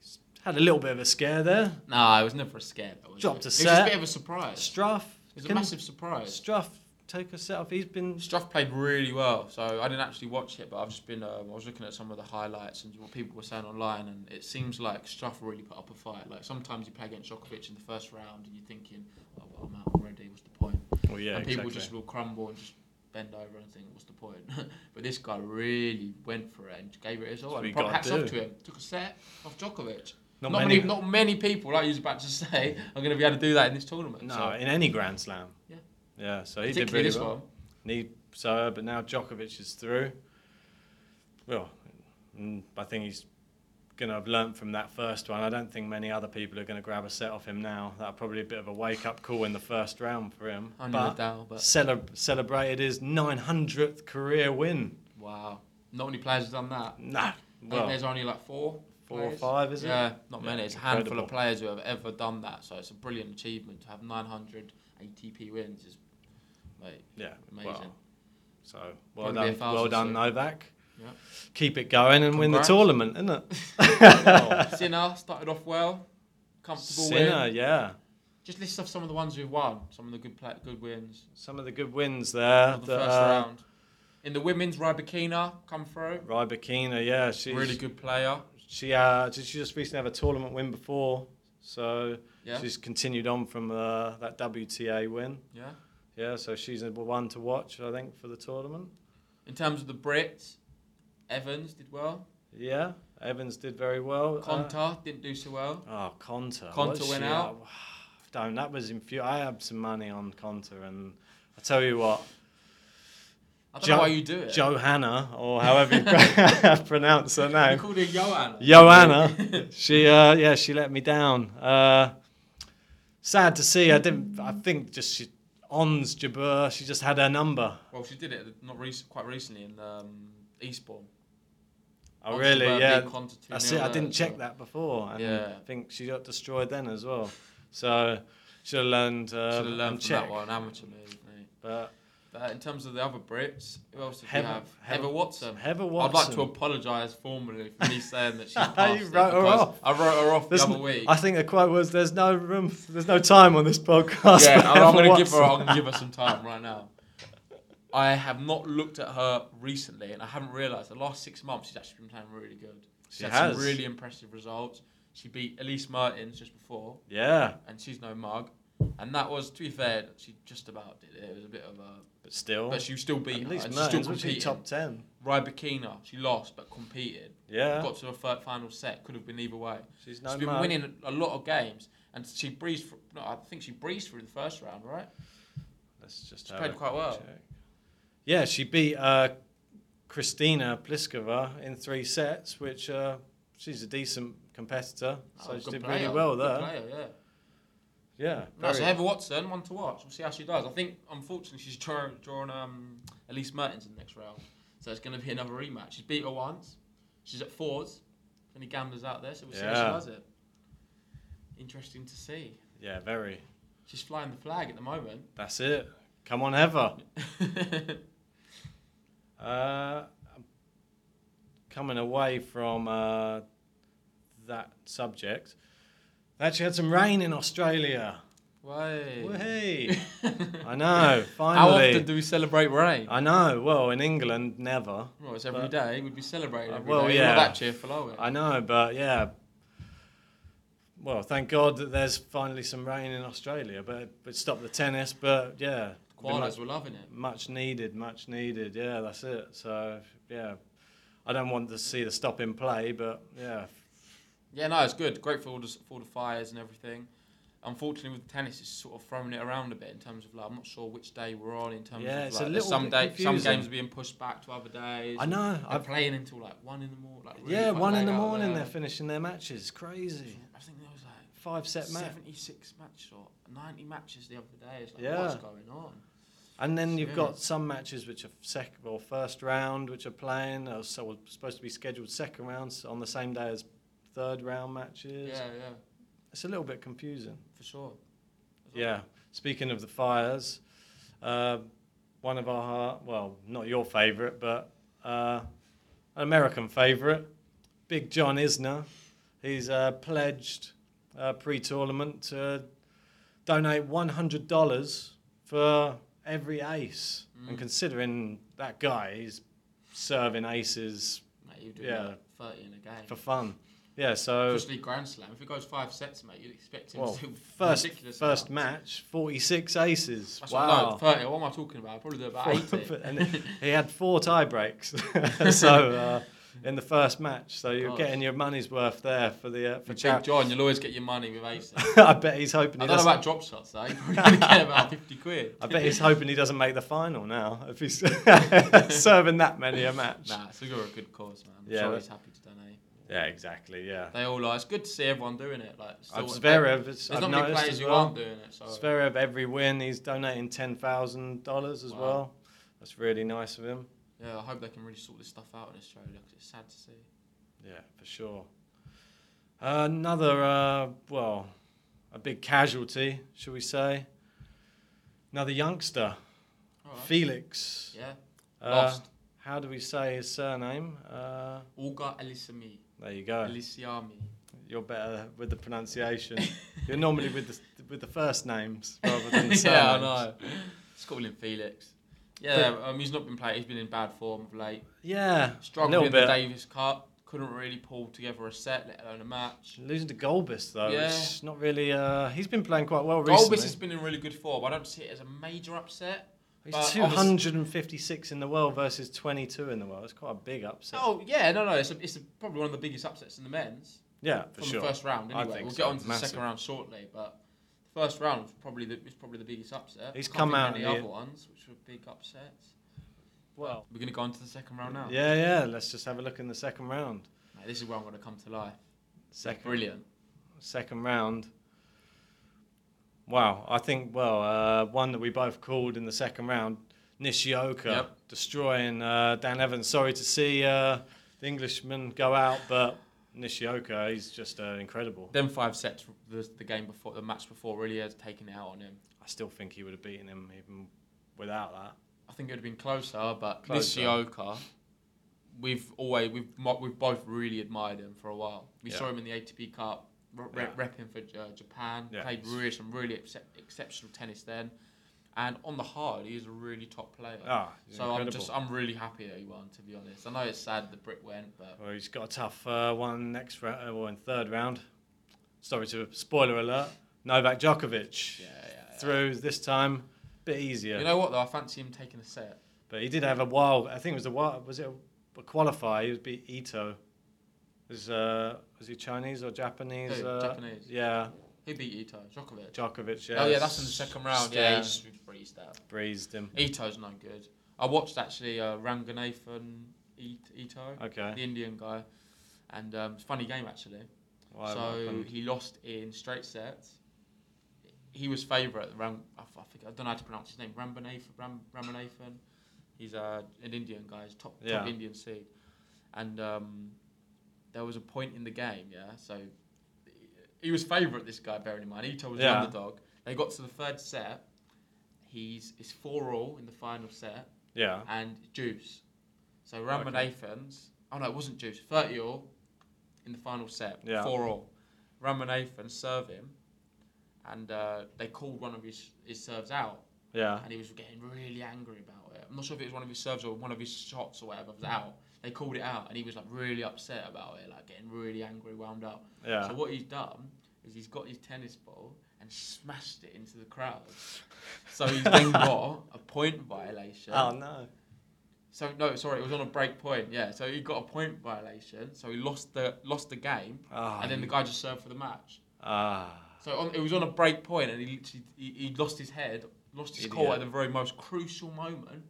Speaker 2: He's had a little bit of a scare there.
Speaker 3: no, it was never a scare. That was
Speaker 2: Dropped
Speaker 3: it.
Speaker 2: a
Speaker 3: It was just a
Speaker 2: set.
Speaker 3: bit of a surprise.
Speaker 2: Struff.
Speaker 3: It was a
Speaker 2: can-
Speaker 3: massive surprise.
Speaker 2: Struff take a set off. He's been.
Speaker 3: Struff played really well, so I didn't actually watch it, but I've just been um, I was looking at some of the highlights and what people were saying online, and it seems like Struff really put up a fight. Like sometimes you play against Djokovic in the first round, and you're thinking, "Oh, well, I'm out already. What's the point?"
Speaker 2: Well, yeah,
Speaker 3: and people
Speaker 2: exactly.
Speaker 3: just will crumble and just bend over and think, "What's the point?" but this guy really went for it and gave it his all.
Speaker 2: what
Speaker 3: And
Speaker 2: you
Speaker 3: prop
Speaker 2: gotta
Speaker 3: hats off
Speaker 2: do.
Speaker 3: to him. Took a set off Djokovic.
Speaker 2: Not
Speaker 3: Not, many.
Speaker 2: many.
Speaker 3: not many people, like you was about to say, are going to be able to do that in this tournament.
Speaker 2: No,
Speaker 3: so,
Speaker 2: in any Grand Slam.
Speaker 3: Yeah.
Speaker 2: Yeah, so he did
Speaker 3: particularly
Speaker 2: really
Speaker 3: this
Speaker 2: well.
Speaker 3: one.
Speaker 2: And he- so, but now Djokovic is through. Well, mm, I think he's going to have learnt from that first one. I don't think many other people are going to grab a set off him now. That probably a bit of a wake up call in the first round for him.
Speaker 3: I know Nadal, but-
Speaker 2: celeb- celebrated his 900th career win.
Speaker 3: Wow. Not many players have done that.
Speaker 2: No,
Speaker 3: I think
Speaker 2: well,
Speaker 3: there's only like four.
Speaker 2: Four or
Speaker 3: players.
Speaker 2: five, is it?
Speaker 3: yeah, not many. It's a handful
Speaker 2: incredible.
Speaker 3: of players who have ever done that. So it's a brilliant achievement to have 900 ATP wins. Is mate,
Speaker 2: yeah,
Speaker 3: amazing.
Speaker 2: well, so well
Speaker 3: Gonna be a
Speaker 2: done, well
Speaker 3: thousand
Speaker 2: done,
Speaker 3: soon.
Speaker 2: Novak.
Speaker 3: Yeah.
Speaker 2: Keep it going and win the
Speaker 3: Congrats.
Speaker 2: tournament, isn't it?
Speaker 3: Sinner started off well, comfortable
Speaker 2: Sinner,
Speaker 3: win.
Speaker 2: yeah.
Speaker 3: Just list off some of the ones who've won, some of the good pla good wins
Speaker 2: Some of the good wins there.
Speaker 3: of the
Speaker 2: that,
Speaker 3: first
Speaker 2: uh,
Speaker 3: round. In the women's, Rybakina come through.
Speaker 2: Rybakina, uh, yeah, she's
Speaker 3: Really good player.
Speaker 2: She uh, she she just recently have a tournament win before, so
Speaker 3: Yeah.
Speaker 2: she's continued on from uh, that WTA win.
Speaker 3: Yeah.
Speaker 2: Yeah, so she's the one to watch, I think, for the tournament.
Speaker 3: In terms of the Brits, Evans did well.
Speaker 2: Yeah, Evans did very well. Uh,
Speaker 3: Conta didn't do so well.
Speaker 2: Oh, Conta.
Speaker 3: Conta
Speaker 2: What's
Speaker 3: went
Speaker 2: she-
Speaker 3: out.
Speaker 2: Damn, that was infu- I had some money on Conta, and I tell you what,
Speaker 3: I don't know why you do it.
Speaker 2: Johanna, or however you pronounce her
Speaker 3: you
Speaker 2: name,
Speaker 3: called her Joanna.
Speaker 2: Joanna, she uh, yeah, she let me down. Uh, sad to see. I didn't. I think just she, Ons Jabur. She just had her number.
Speaker 3: Well, she did it not rec- quite recently in um, Eastbourne.
Speaker 2: Oh
Speaker 3: Ons
Speaker 2: really?
Speaker 3: Jabeur
Speaker 2: Yeah.
Speaker 3: beat Conta
Speaker 2: That's
Speaker 3: 2-0
Speaker 2: it. I
Speaker 3: there,
Speaker 2: didn't check
Speaker 3: so-
Speaker 2: that before, and
Speaker 3: uh, Yeah.
Speaker 2: I think she got destroyed then as well. So should have learned. Uh,
Speaker 3: Should have learned
Speaker 2: and
Speaker 3: from
Speaker 2: checked.
Speaker 3: that one, amateur move. mate.
Speaker 2: But
Speaker 3: But in terms of the other Brits, who else did
Speaker 2: Heather-
Speaker 3: we have?
Speaker 2: Heather-
Speaker 3: Heather, Watson.
Speaker 2: Heather
Speaker 3: I'd like
Speaker 2: Watson.
Speaker 3: to apologise formally for me saying that she passed.
Speaker 2: You
Speaker 3: it
Speaker 2: wrote her
Speaker 3: because
Speaker 2: off.
Speaker 3: I wrote her off the
Speaker 2: there's
Speaker 3: other
Speaker 2: n-
Speaker 3: week.
Speaker 2: I think the quote was, "There's no room. There's no time on this podcast."
Speaker 3: yeah,
Speaker 2: for
Speaker 3: I'm, I'm
Speaker 2: Emma
Speaker 3: gonna give her.
Speaker 2: Watson."
Speaker 3: I'm gonna give her some time right now. I have not looked at her recently, and I haven't realised the last six months she's actually been playing really good. She's
Speaker 2: She
Speaker 3: had
Speaker 2: has.
Speaker 3: some really impressive results. She beat Elise Mertens just before,
Speaker 2: Yeah,
Speaker 3: and she's no mug. And that was, to be fair, she just about did it. It was a bit of a,
Speaker 2: but still.
Speaker 3: but she still beat
Speaker 2: at
Speaker 3: her.
Speaker 2: least
Speaker 3: and she's still
Speaker 2: Mertens was she
Speaker 3: competing.
Speaker 2: top ten.
Speaker 3: Rybakina, she lost but competed.
Speaker 2: Yeah.
Speaker 3: Got to a third final set. Could have been either way.
Speaker 2: She's no
Speaker 3: She's been
Speaker 2: mug.
Speaker 3: winning a lot of games, and she breezed. Through, no, I think she breezed through the first round, right?
Speaker 2: Let's just.
Speaker 3: She
Speaker 2: have
Speaker 3: played
Speaker 2: a
Speaker 3: quite
Speaker 2: quick
Speaker 3: well.
Speaker 2: check. Yeah, she beat uh, Christina Pliskova in three sets, which uh, she's a decent competitor, so
Speaker 3: Oh,
Speaker 2: she
Speaker 3: good
Speaker 2: did
Speaker 3: player,
Speaker 2: really well
Speaker 3: good
Speaker 2: there.
Speaker 3: player, yeah.
Speaker 2: Yeah,
Speaker 3: No, so
Speaker 2: very-
Speaker 3: Heather Watson, one to watch. We'll see how she does. I think, unfortunately, she's drawn, drawn um, Elise Mertens in the next round, so it's going to be another rematch. She's beat her once. She's at fours. If any gamblers out there, so we'll see
Speaker 2: Yeah.
Speaker 3: how she does it. Interesting to see.
Speaker 2: yeah, very.
Speaker 3: She's flying the flag at the moment.
Speaker 2: That's it. Come on, Heather. Uh, coming away from uh, that subject, they actually had some rain in Australia.
Speaker 3: Way.
Speaker 2: Hey, I know.
Speaker 3: How
Speaker 2: Finally, Uh,
Speaker 3: often do we celebrate rain?
Speaker 2: I know. Well, in England, never.
Speaker 3: Well, it's every day. We'd be celebrating every
Speaker 2: uh, well,
Speaker 3: day. We're
Speaker 2: yeah.
Speaker 3: Not that cheerful, are we?
Speaker 2: I know, but yeah. Well, thank God that there's finally some rain in Australia, but but stop the tennis. But yeah, been
Speaker 3: Koalas
Speaker 2: much,
Speaker 3: were loving it.
Speaker 2: much needed, much needed. Yeah, that's it. So yeah, I don't want to see the stop in play, but yeah,
Speaker 3: Yeah, no, it's good. Great for all the, for all the fires and everything. Unfortunately, with tennis, it's sort of throwing it around a bit in terms of like I'm not sure which day we're on in terms
Speaker 2: Yeah,
Speaker 3: of
Speaker 2: it's
Speaker 3: like
Speaker 2: a
Speaker 3: there's
Speaker 2: little
Speaker 3: some
Speaker 2: bit
Speaker 3: day, some
Speaker 2: confusing.
Speaker 3: games are being pushed back to other days.
Speaker 2: I know,
Speaker 3: I'm
Speaker 2: I've-
Speaker 3: playing until like one in the morning. Like, really
Speaker 2: yeah,
Speaker 3: quite
Speaker 2: one in
Speaker 3: late
Speaker 2: the
Speaker 3: out
Speaker 2: morning
Speaker 3: there.
Speaker 2: they're finishing their matches. Crazy,
Speaker 3: I think there was like
Speaker 2: five set match,
Speaker 3: 76 matches or 90 matches the other day. It's like
Speaker 2: Yeah.
Speaker 3: what's going on?
Speaker 2: and then you've
Speaker 3: Yeah.
Speaker 2: got some matches which are second or first round, which are playing or so were supposed to be scheduled second rounds on the same day as third round matches.
Speaker 3: Yeah, yeah,
Speaker 2: It's a little bit confusing.
Speaker 3: for sure.
Speaker 2: Yeah. Speaking of the fires, uh, one of our well, not your favourite, but uh, an American favourite, Big John Isner. He's uh, pledged uh, pre-tournament to donate one hundred dollars for every ace. And considering that guy, he's serving aces
Speaker 3: Mate, you do
Speaker 2: Yeah.
Speaker 3: like 30 in a game.
Speaker 2: for fun. Yeah. So
Speaker 3: Especially Grand Slam. If it goes five sets, mate, you'd expect him
Speaker 2: well,
Speaker 3: to do
Speaker 2: first
Speaker 3: ridiculous
Speaker 2: first
Speaker 3: amounts.
Speaker 2: match, forty-six aces.
Speaker 3: That's
Speaker 2: wow.
Speaker 3: wow. What, no, 30. What am I talking about? I probably do about 80.
Speaker 2: and he had four tie breaks. so uh, in the first match, so you're
Speaker 3: Gosh.
Speaker 2: getting your money's worth there for the uh, for
Speaker 3: Big
Speaker 2: charity.
Speaker 3: John, you'll always get your money with aces. I
Speaker 2: I bet he's hoping he
Speaker 3: don't know
Speaker 2: doesn't.
Speaker 3: about drop shots, though. You're probably going to get about 50 quid.
Speaker 2: I bet he's hoping he doesn't make the final now if he's serving that many a match.
Speaker 3: Nah, it's a good, a good cause, man. I'm
Speaker 2: Yeah,
Speaker 3: sure
Speaker 2: that-
Speaker 3: he's happy to donate.
Speaker 2: Yeah, exactly. Yeah.
Speaker 3: They all like it's good to see everyone doing it. Like
Speaker 2: I've
Speaker 3: still,
Speaker 2: Zverev, it's,
Speaker 3: There's
Speaker 2: I've
Speaker 3: not many
Speaker 2: noticed
Speaker 3: players
Speaker 2: as
Speaker 3: who
Speaker 2: well.
Speaker 3: aren't doing it. So
Speaker 2: Zverev, every win, he's donating ten thousand dollars as
Speaker 3: Wow.
Speaker 2: well. That's really nice of him.
Speaker 3: yeah, I hope they can really sort this stuff out in Australia because it's sad to see.
Speaker 2: Yeah, for sure. another, uh, well, a big casualty, shall we say? Another youngster,
Speaker 3: All right.
Speaker 2: Felix.
Speaker 3: Yeah,
Speaker 2: Uh,
Speaker 3: Lost.
Speaker 2: How do we say his surname? Uh,
Speaker 3: Olga Elisami,
Speaker 2: there you go.
Speaker 3: Elisiami.
Speaker 2: You're better with the pronunciation. You're normally with the with the first names rather than surnames.
Speaker 3: yeah, I know. Let's call him Felix. Yeah, um, he's not been playing. He's been in bad form of late.
Speaker 2: Yeah, a
Speaker 3: Struggled
Speaker 2: little
Speaker 3: in the
Speaker 2: bit.
Speaker 3: Davis Cup. Couldn't really pull together a set, let alone a match.
Speaker 2: Losing to Golbis though,
Speaker 3: Yeah.
Speaker 2: it's not really. Uh, he's been playing quite well recently.
Speaker 3: Golbis has been in really good form. I don't see it as a major upset. but
Speaker 2: He's
Speaker 3: obvious-
Speaker 2: 256 in the world versus 22 in the world. It's quite a big upset.
Speaker 3: Oh yeah, no, no. It's, a, it's a, probably one of the biggest upsets in the men's.
Speaker 2: yeah, for
Speaker 3: from
Speaker 2: sure.
Speaker 3: the first round.
Speaker 2: I
Speaker 3: Anyway,
Speaker 2: think
Speaker 3: we'll
Speaker 2: so.
Speaker 3: get on to the
Speaker 2: Massive.
Speaker 3: second round shortly, but the first round was probably the was probably the biggest upset.
Speaker 2: He's
Speaker 3: Can't
Speaker 2: come
Speaker 3: think of
Speaker 2: out
Speaker 3: any
Speaker 2: of the-
Speaker 3: other ones, which were big upsets.
Speaker 2: Well,
Speaker 3: We're gonna go on to the second round now.
Speaker 2: yeah, yeah. Let's just have a look in the second round.
Speaker 3: Mate, this is where I'm gonna come to life.
Speaker 2: Second,
Speaker 3: Brilliant.
Speaker 2: second round. Wow, I think well, uh, one that we both called in the second round, Nishioka
Speaker 3: Yep.
Speaker 2: destroying uh, Dan Evans. Sorry to see uh, the Englishman go out, but Nishioka, he's just uh, incredible.
Speaker 3: Them five sets, the, the game before, the match before, really has taken it out on him.
Speaker 2: I still think he would have beaten him even without that.
Speaker 3: I think it would have been closer, but
Speaker 2: Closer.
Speaker 3: Nishioka, we've always we've mo- we've both really admired him for a while. We
Speaker 2: Yeah.
Speaker 3: saw him in the ATP Cup, re- re-
Speaker 2: Yeah.
Speaker 3: repping for uh, Japan.
Speaker 2: Yeah.
Speaker 3: Played really some really excep- exceptional tennis then, and on the hard, he is a really top player.
Speaker 2: Ah, he's
Speaker 3: so I'm
Speaker 2: incredible.
Speaker 3: just I'm really happy that he won. To be honest, I know it's sad the Brit went, but
Speaker 2: Well, he's got a tough uh, one next round, or in third round. Sorry to spoiler alert. Novak Djokovic
Speaker 3: yeah, yeah.
Speaker 2: through this time, bit easier.
Speaker 3: You know what though, I fancy him taking a set.
Speaker 2: but he did have a wild. I think it was a wild. Was it a, a qualifier? He was beat Ito. Was uh, was he Chinese or Japanese?
Speaker 3: Who?
Speaker 2: uh,
Speaker 3: Japanese.
Speaker 2: Yeah,
Speaker 3: Who beat Ito? Djokovic.
Speaker 2: Djokovic. Yeah,
Speaker 3: oh yeah, that's in the second round.
Speaker 2: Just,
Speaker 3: Yeah,
Speaker 2: uh,
Speaker 3: he just breezed out.
Speaker 2: breezed him.
Speaker 3: Ito's no good. I watched actually uh, Ranganathan E- Ito,
Speaker 2: Okay.
Speaker 3: the Indian guy, and um, it's a funny game actually.
Speaker 2: Why what
Speaker 3: so
Speaker 2: happened?
Speaker 3: he lost in straight sets. He was favourite. Ram, I, f- I think I don't know how to pronounce his name. Rambanathan. Ram, Ramanathan. He's uh, an Indian guy. He's top
Speaker 2: Yeah.
Speaker 3: top Indian seed. And um, there was a point in the game, yeah. So he was favourite. This guy, bearing in mind, Ito was
Speaker 2: Yeah.
Speaker 3: the underdog. They got to the third set. He's it's four all in the final set
Speaker 2: yeah,
Speaker 3: and Juice. So Ramanathans. Oh no, it wasn't Juice. Thirty all in the final set.
Speaker 2: Yeah.
Speaker 3: Four all. Ramanathan serve him, and uh, they called one of his, his serves out,
Speaker 2: yeah.
Speaker 3: and he was getting really angry about it. I'm not sure if it was one of his serves or one of his shots or whatever was out. They called it out, and he was like really upset about it, like getting really angry, wound up.
Speaker 2: Yeah.
Speaker 3: So what he's done is he's got his tennis ball and smashed it into the crowd. So he's then got a point violation.
Speaker 2: Oh no.
Speaker 3: So no, sorry, it was on a break point. Yeah, so he got a point violation, so he lost the lost the game,
Speaker 2: Ah,
Speaker 3: and then the guy just served for the match.
Speaker 2: Ah,
Speaker 3: So on, it was on a break point, and he literally he, he lost his head, lost his call
Speaker 2: Idiot.
Speaker 3: at the very most crucial moment,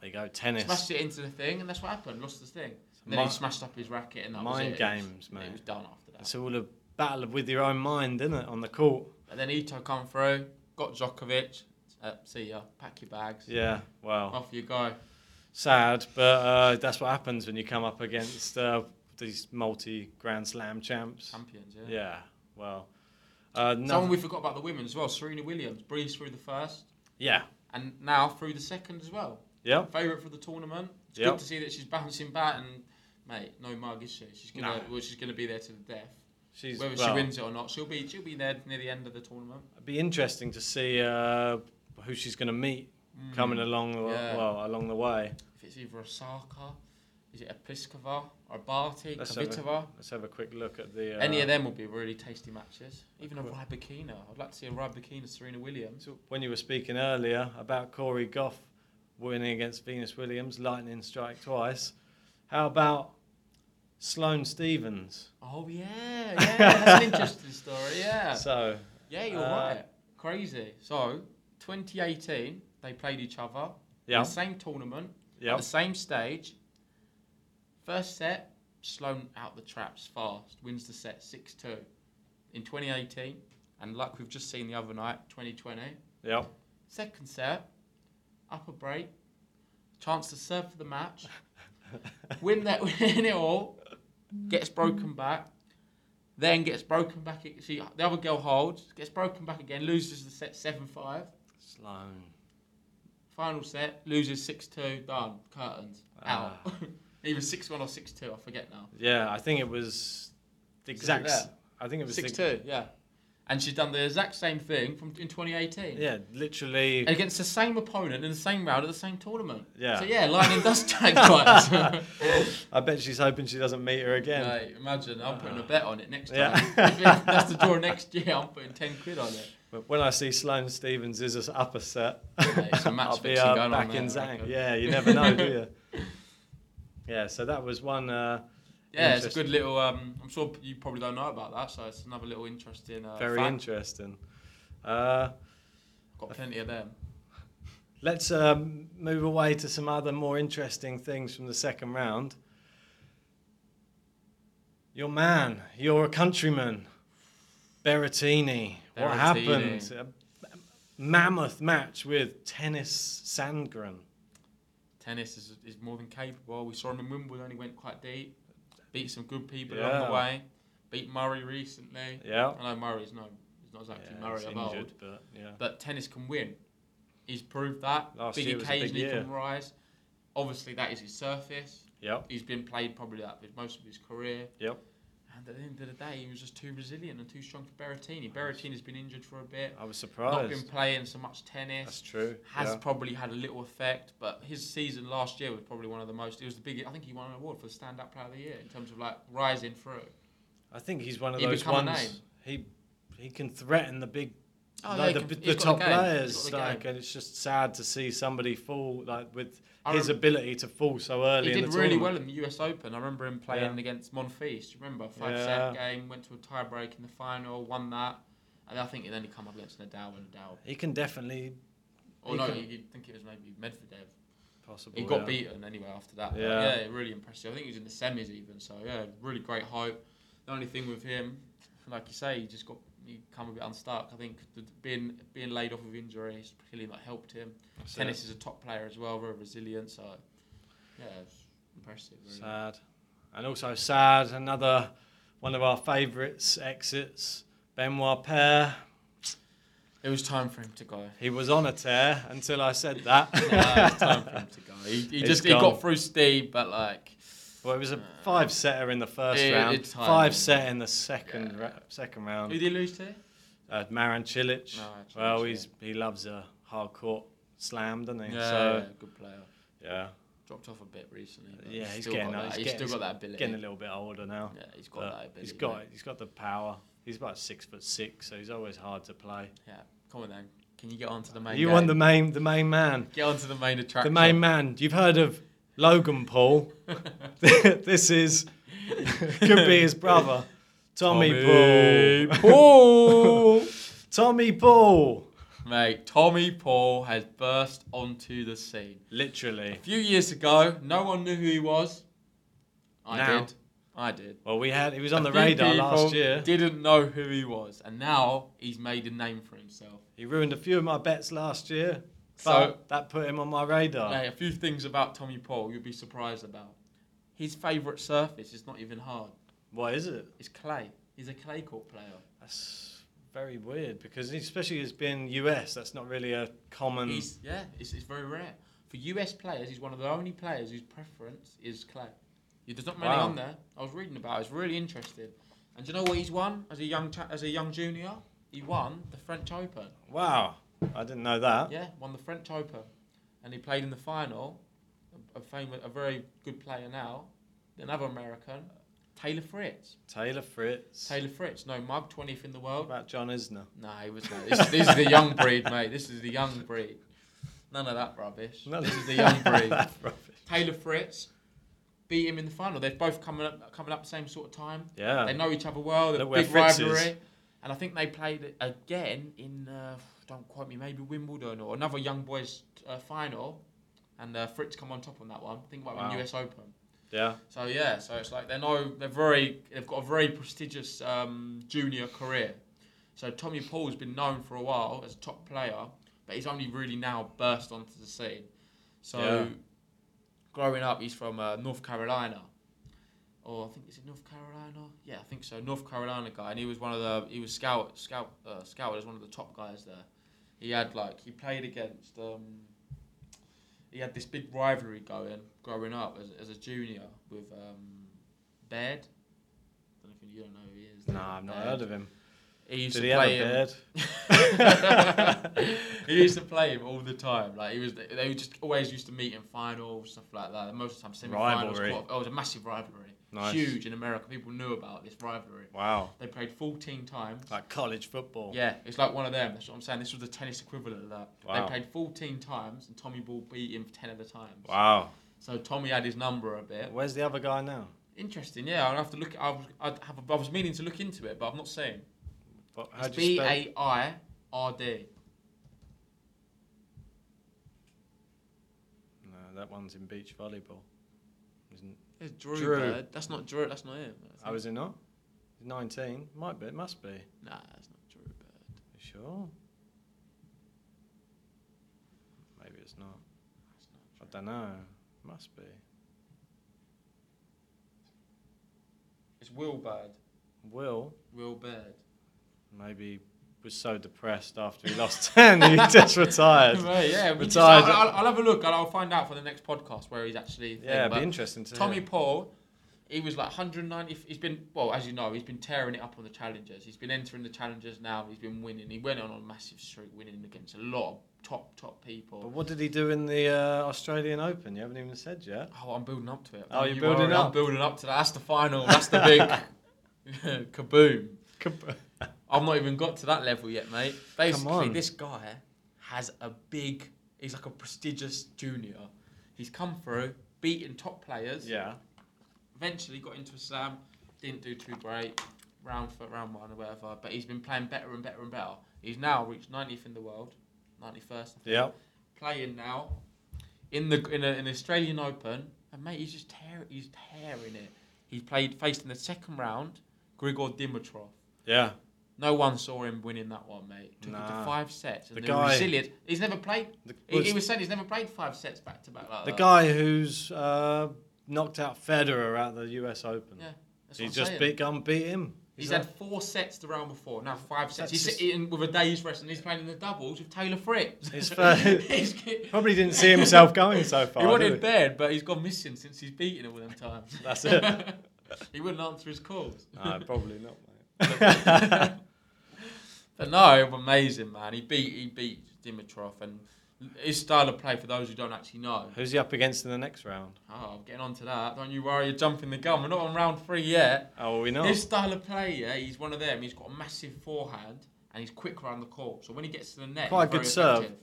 Speaker 2: there you go. Tennis.
Speaker 3: smashed it into the thing, and that's what happened. Lost the thing. And then
Speaker 2: mi-
Speaker 3: he smashed up his racket, and that was it.
Speaker 2: mind
Speaker 3: It was-
Speaker 2: games, mate.
Speaker 3: It was done after that.
Speaker 2: It's all a battle with your own mind, isn't it, on the court?
Speaker 3: But then Ito come through, got Djokovic. Uh, see ya. Pack your bags.
Speaker 2: Yeah, well,
Speaker 3: Off you go.
Speaker 2: sad, but uh, that's what happens when you come up against uh, these multi Grand Slam champs.
Speaker 3: Champions. Yeah.
Speaker 2: Yeah, well, uh, no,
Speaker 3: Someone we forgot about the women as well. Serena Williams breezed through the first.
Speaker 2: yeah,
Speaker 3: and now through the second as well.
Speaker 2: yeah,
Speaker 3: Favourite for the tournament. It's
Speaker 2: Yep.
Speaker 3: good to see that she's bouncing back and mate, no mug is she? She's gonna
Speaker 2: No.
Speaker 3: well, she's gonna be there to the death.
Speaker 2: she's
Speaker 3: Whether
Speaker 2: well,
Speaker 3: she wins it or not, she'll be she'll be there near the end of the tournament.
Speaker 2: It'd be interesting to see uh, who she's going to meet coming along, the,
Speaker 3: Mm. yeah.
Speaker 2: well, along the way.
Speaker 3: If it's either Osaka, is it a Pliskova or a Barty,
Speaker 2: Let's have
Speaker 3: Kvitova?
Speaker 2: a, let's have a quick look at the. Uh,
Speaker 3: Any of them will be really tasty matches. Even a
Speaker 2: course.
Speaker 3: Rybakina. I'd like to see a Rybakina Serena Williams.
Speaker 2: So when you were speaking earlier about Corey Goff winning against Venus Williams, lightning strike twice, how about Sloane Stevens?
Speaker 3: Oh yeah, yeah, that's an interesting story. Yeah.
Speaker 2: So,
Speaker 3: Yeah, you're
Speaker 2: Uh,
Speaker 3: right. Crazy. So, 2018, they played each other. in
Speaker 2: Yeah.
Speaker 3: The same tournament. at
Speaker 2: yeah,
Speaker 3: The same stage. First set, Sloan out the traps fast, wins the set 6 2 in 2018, and like we've just seen the other night, 2020.
Speaker 2: Yep.
Speaker 3: Second set, upper break, chance to serve for the match, win that, win it all, gets broken back, then gets broken back. ag- She, the other girl holds, gets broken back again, loses the set 7 5.
Speaker 2: Sloan.
Speaker 3: Final set, loses 6 2, done, curtains, out. Either 6 1 or 6 2, I forget now.
Speaker 2: Yeah, I think it was the exact. s-
Speaker 3: there?
Speaker 2: I think it was the-
Speaker 3: 6 2, yeah. And she's done the exact same thing from in 2018.
Speaker 2: Yeah, literally.
Speaker 3: And against the same opponent in the same round at the same tournament.
Speaker 2: Yeah.
Speaker 3: So yeah, Lightning does tag twice.
Speaker 2: I bet she's hoping she doesn't meet her again.
Speaker 3: Mate, imagine, I'm putting a bet on it next
Speaker 2: Yeah.
Speaker 3: time. if that's the draw next year, I'm putting 10 quid on it.
Speaker 2: But when I see Sloane Stevens is an upper set,
Speaker 3: it's a match
Speaker 2: I'll be
Speaker 3: fixing
Speaker 2: uh,
Speaker 3: going on
Speaker 2: back
Speaker 3: there,
Speaker 2: in
Speaker 3: I
Speaker 2: Zang.
Speaker 3: reckon.
Speaker 2: Yeah, you never know, do you? Yeah, so that was one. Uh,
Speaker 3: Yeah, it's a
Speaker 2: Interesting.
Speaker 3: good little, um, I'm sure you probably don't know about that, so it's another little interesting uh,
Speaker 2: very
Speaker 3: fact.
Speaker 2: interesting. Uh,
Speaker 3: Got plenty of them.
Speaker 2: let's um, move away to some other more interesting things from the second round. Your man, your countryman, Berrettini. What
Speaker 3: Berrettini.
Speaker 2: happened? A mammoth match with tennis Sandgren.
Speaker 3: tennis is, is more than capable. We saw him in Wimbledon, he went quite deep, beat some good people along
Speaker 2: Yeah.
Speaker 3: the way, beat Murray recently.
Speaker 2: Yeah.
Speaker 3: I know Murray's no, he's not exactly
Speaker 2: Yeah,
Speaker 3: Murray
Speaker 2: he's
Speaker 3: of
Speaker 2: injured,
Speaker 3: old,
Speaker 2: but yeah.
Speaker 3: but tennis can win. He's proved that.
Speaker 2: Last
Speaker 3: big
Speaker 2: year was a big
Speaker 3: occasion, he
Speaker 2: year.
Speaker 3: can rise. Obviously, that is his surface.
Speaker 2: Yep.
Speaker 3: He's been played probably that with most of his career.
Speaker 2: Yep.
Speaker 3: And at the end of the day, he was just too resilient and too strong for Berrettini. Berrettini's been injured for a bit.
Speaker 2: I was
Speaker 3: Not been
Speaker 2: surprised.
Speaker 3: playing so much tennis.
Speaker 2: That's true,
Speaker 3: Has
Speaker 2: yeah.
Speaker 3: probably had a little effect, but his season last year was probably one of the most. It was the big. I think he won an award for the standout player of the year in terms of like rising through.
Speaker 2: I think he's one of
Speaker 3: He'd
Speaker 2: those
Speaker 3: become a
Speaker 2: ones. He he can threaten the big,
Speaker 3: Oh,
Speaker 2: like
Speaker 3: yeah,
Speaker 2: the,
Speaker 3: he can-
Speaker 2: the
Speaker 3: he's got
Speaker 2: top
Speaker 3: the game. He's
Speaker 2: players.
Speaker 3: got the
Speaker 2: like,
Speaker 3: game.
Speaker 2: and it's just sad to see somebody fall like with
Speaker 3: I
Speaker 2: his
Speaker 3: rem-
Speaker 2: ability to fall so early.
Speaker 3: He
Speaker 2: in
Speaker 3: did
Speaker 2: the
Speaker 3: really well
Speaker 2: tournament.
Speaker 3: in the U.S. Open. I remember him playing
Speaker 2: Yeah.
Speaker 3: against Monfils. Do you remember five
Speaker 2: Yeah.
Speaker 3: set game? Went to a tie break in the final, won that, and I think he then he come up against Nadal and Nadal.
Speaker 2: He can definitely
Speaker 3: Or
Speaker 2: He
Speaker 3: no,
Speaker 2: can-
Speaker 3: you you'd think it was maybe Medvedev.
Speaker 2: possibly. uh,
Speaker 3: He got
Speaker 2: yeah.
Speaker 3: beaten anyway after that. but
Speaker 2: Yeah.
Speaker 3: yeah, really impressive. I think he was in the semis even. So yeah, really great hope. The only thing with him, like you say, he just got he come a bit unstuck. I think the, being being laid off with injury has really like helped him. Tennis is a top player as well, very resilient. So yeah, it's impressive. Really.
Speaker 2: Sad, and also sad. Another one of our favourites exits. Benoit Paire.
Speaker 3: It was time for him to go.
Speaker 2: He was on a tear until I said that.
Speaker 3: Yeah, it was time for him to go. He, he
Speaker 2: It's
Speaker 3: just he
Speaker 2: gone.
Speaker 3: got through Steve, but like
Speaker 2: well, it was a five setter in the first
Speaker 3: It-
Speaker 2: round,
Speaker 3: it's time.
Speaker 2: five set in the second ra- second round.
Speaker 3: who did he lose to?
Speaker 2: Uh, Maran Cilic.
Speaker 3: Maran Cilic,
Speaker 2: well,
Speaker 3: yeah.
Speaker 2: he's he loves a hard court slam, doesn't he?
Speaker 3: Yeah,
Speaker 2: so,
Speaker 3: good player.
Speaker 2: yeah,
Speaker 3: Dropped off a bit recently. but
Speaker 2: yeah, he's
Speaker 3: still
Speaker 2: getting
Speaker 3: got
Speaker 2: that.
Speaker 3: that.
Speaker 2: He's,
Speaker 3: He's
Speaker 2: getting,
Speaker 3: still got that ability.
Speaker 2: Getting a little bit older now.
Speaker 3: Yeah, he's got
Speaker 2: but
Speaker 3: that ability,
Speaker 2: He's got
Speaker 3: mate.
Speaker 2: he's got the power. He's about six foot six, so he's always hard to play.
Speaker 3: Yeah, come on then. Can you get on to the main?
Speaker 2: you
Speaker 3: game?
Speaker 2: want the main the main man,
Speaker 3: get on to the main attraction.
Speaker 2: the main man. You've heard of Logan Paul. this is could be his brother, Tommy, Paul.
Speaker 3: Paul.
Speaker 2: Tommy Paul,
Speaker 3: Mate, Tommy Paul has burst onto the scene.
Speaker 2: literally.
Speaker 3: A few years ago, no one knew who he was. I
Speaker 2: Now.
Speaker 3: did. I did.
Speaker 2: Well, we had he was on
Speaker 3: A
Speaker 2: the
Speaker 3: few
Speaker 2: radar last
Speaker 3: people
Speaker 2: year.
Speaker 3: Didn't know who he was, and now he's made a name for himself.
Speaker 2: He ruined a few of my bets last year,
Speaker 3: So-
Speaker 2: but that put him on my radar.
Speaker 3: Mate, a few things about Tommy Paul you'll be surprised about. His favourite surface is not even hard.
Speaker 2: What is it?
Speaker 3: It's clay. He's a clay court player.
Speaker 2: That's very weird because especially it's been US. That's not really a common.
Speaker 3: He's yeah, it's, it's very rare. For US players, he's one of the only players whose preference is clay. He does not many
Speaker 2: Wow.
Speaker 3: on there. I was reading about. it. It's really interesting. And do you know what he's won as a young cha- as a young junior? He won the French Open.
Speaker 2: Wow, I didn't know that.
Speaker 3: Yeah, won the French Open, and he played in the final. A, a famous, a very good player now, another American, Taylor Fritz.
Speaker 2: Taylor Fritz.
Speaker 3: Taylor Fritz, no mug, twentieth in the world.
Speaker 2: What about John Isner?
Speaker 3: No, he was. This, this is the young breed, mate. This is the young breed. None of that rubbish.
Speaker 2: None
Speaker 3: this
Speaker 2: of
Speaker 3: is the young breed.
Speaker 2: that rubbish.
Speaker 3: Taylor Fritz beat him in the final. They've both coming up coming up the same sort of time.
Speaker 2: Yeah.
Speaker 3: They know each other well. They're
Speaker 2: Look where
Speaker 3: big
Speaker 2: Fritz is.
Speaker 3: rivalry. And I think they played again in uh, don't quote me, maybe Wimbledon or another young boys uh, final. And uh, Fritz come on top on that one. I think it might have been
Speaker 2: Wow.
Speaker 3: US Open.
Speaker 2: Yeah.
Speaker 3: So yeah, so it's like they know they're very they've got a very prestigious um, junior career. So Tommy Paul's been known for a while as a top player, but he's only really now burst onto the scene. So
Speaker 2: Yeah.
Speaker 3: growing up, he's from uh, North Carolina, or I think is it North Carolina? Yeah, I think so. North Carolina guy, and he was one of the he was scout scout uh, scouted as one of the top guys there. He had like he played against. Um, he had this big rivalry going growing up as, as a junior with um, Baird. I don't know if you, you don't know who he is. do
Speaker 2: No,
Speaker 3: you?
Speaker 2: I've not
Speaker 3: Baird.
Speaker 2: heard of him.
Speaker 3: He used
Speaker 2: Did
Speaker 3: to
Speaker 2: he have
Speaker 3: play
Speaker 2: a beard?
Speaker 3: him. he used to play him all the time. Like he was, they would just always used to meet in finals, stuff like that. Most of the time, semi-finals.
Speaker 2: Rivalry.
Speaker 3: quarter- Oh, it was a massive rivalry.
Speaker 2: Nice.
Speaker 3: Huge in America. People knew about this rivalry.
Speaker 2: Wow.
Speaker 3: They played 14 times.
Speaker 2: Like college football.
Speaker 3: Yeah, it's like one of them. That's what I'm saying. This was the tennis equivalent of that.
Speaker 2: Wow.
Speaker 3: They played 14 times, and Tommy Ball beat him 10 of the times.
Speaker 2: Wow.
Speaker 3: So Tommy had his number a bit.
Speaker 2: Where's the other guy now?
Speaker 3: Interesting, yeah. I'll have to look. I was, I'd have a, I was meaning to look into it, but I've not seen.
Speaker 2: What- How
Speaker 3: It's
Speaker 2: do you
Speaker 3: B
Speaker 2: spell?
Speaker 3: A I R D.
Speaker 2: No, that one's in beach volleyball. Isn't?
Speaker 3: It's Drew.
Speaker 2: Drew.
Speaker 3: Bird. That's not Drew. That's not him. I
Speaker 2: Oh,
Speaker 3: think.
Speaker 2: is it not? Nineteen? Might be. It must be. You
Speaker 3: Nah, that's not Drew Bird.
Speaker 2: sure. Maybe it's not.
Speaker 3: That's not
Speaker 2: I don't know. Must be.
Speaker 3: It's Will Bird.
Speaker 2: Will
Speaker 3: Will Bird.
Speaker 2: maybe was so depressed after he lost ten, he just retired.
Speaker 3: Right, yeah, we just-
Speaker 2: Retired.
Speaker 3: I'll, I'll, I'll have a look and I'll find out for the next podcast where he's actually. thing,
Speaker 2: Yeah, it'd
Speaker 3: but
Speaker 2: be interesting to
Speaker 3: Tommy
Speaker 2: hear.
Speaker 3: Paul, he was like 190. He's been well, as you know, he's been tearing it up on the challenges. He's been entering the challenges now. He's been winning. He went on a massive streak, winning against a lot of top top people.
Speaker 2: But what did he do in the uh, Australian Open? You haven't even said yet.
Speaker 3: Oh, I'm building up to it.
Speaker 2: Oh,
Speaker 3: Don't
Speaker 2: you're
Speaker 3: you
Speaker 2: building
Speaker 3: worry, I'm
Speaker 2: up.
Speaker 3: building up to that. That's the final. That's the big kaboom. I've not even got to that level yet, mate. Basically,
Speaker 2: on.
Speaker 3: this guy has a big. He's like a prestigious junior. He's come through, beaten top players.
Speaker 2: Yeah.
Speaker 3: Eventually got into a slam. Didn't do too great. Round for round one or whatever. But he's been playing better and better and better. He's now reached 90th in the world, 91st
Speaker 2: Yep.
Speaker 3: playing now in the in, a, in the Australian Open, and mate, he's just tearing he's tearing it. He played faced in the second round, Grigor Dimitrov.
Speaker 2: Yeah.
Speaker 3: No one saw him winning that one, mate. Took it
Speaker 2: Nah.
Speaker 3: to five sets. And
Speaker 2: The
Speaker 3: the,
Speaker 2: guy-
Speaker 3: resilient. He's never played.
Speaker 2: The-
Speaker 3: he,
Speaker 2: was-
Speaker 3: he was saying he's never played five sets back to back like
Speaker 2: The
Speaker 3: that.
Speaker 2: guy who's uh, knocked out Federer at the U.S. Open.
Speaker 3: Yeah, that's
Speaker 2: He
Speaker 3: what I'm
Speaker 2: just
Speaker 3: saying.
Speaker 2: beat gun beat him.
Speaker 3: He's
Speaker 2: like-
Speaker 3: had four sets the round before, now five sets. He's
Speaker 2: just-
Speaker 3: sitting with a day's rest, and he's playing in the doubles with Taylor Fritz.
Speaker 2: It's fair.
Speaker 3: He's-
Speaker 2: probably didn't see himself going so far.
Speaker 3: He
Speaker 2: did
Speaker 3: wanted bed, but he's gone missing since he's beaten all them times.
Speaker 2: That's it.
Speaker 3: he wouldn't answer his calls.
Speaker 2: No, probably not, mate.
Speaker 3: But no, amazing man. He beat he beat Dimitrov and his style of play. For those who don't actually know,
Speaker 2: Who's he up against in the next round?
Speaker 3: oh, I'm getting on to that. Don't you worry, you're jumping the gun. We're not on round three yet.
Speaker 2: Oh, are we not?
Speaker 3: His style of play, yeah, he's one of them. He's got a massive forehand and he's quick around the court. So when he gets to the net,
Speaker 2: Quite a
Speaker 3: he's very
Speaker 2: good serve.
Speaker 3: effective.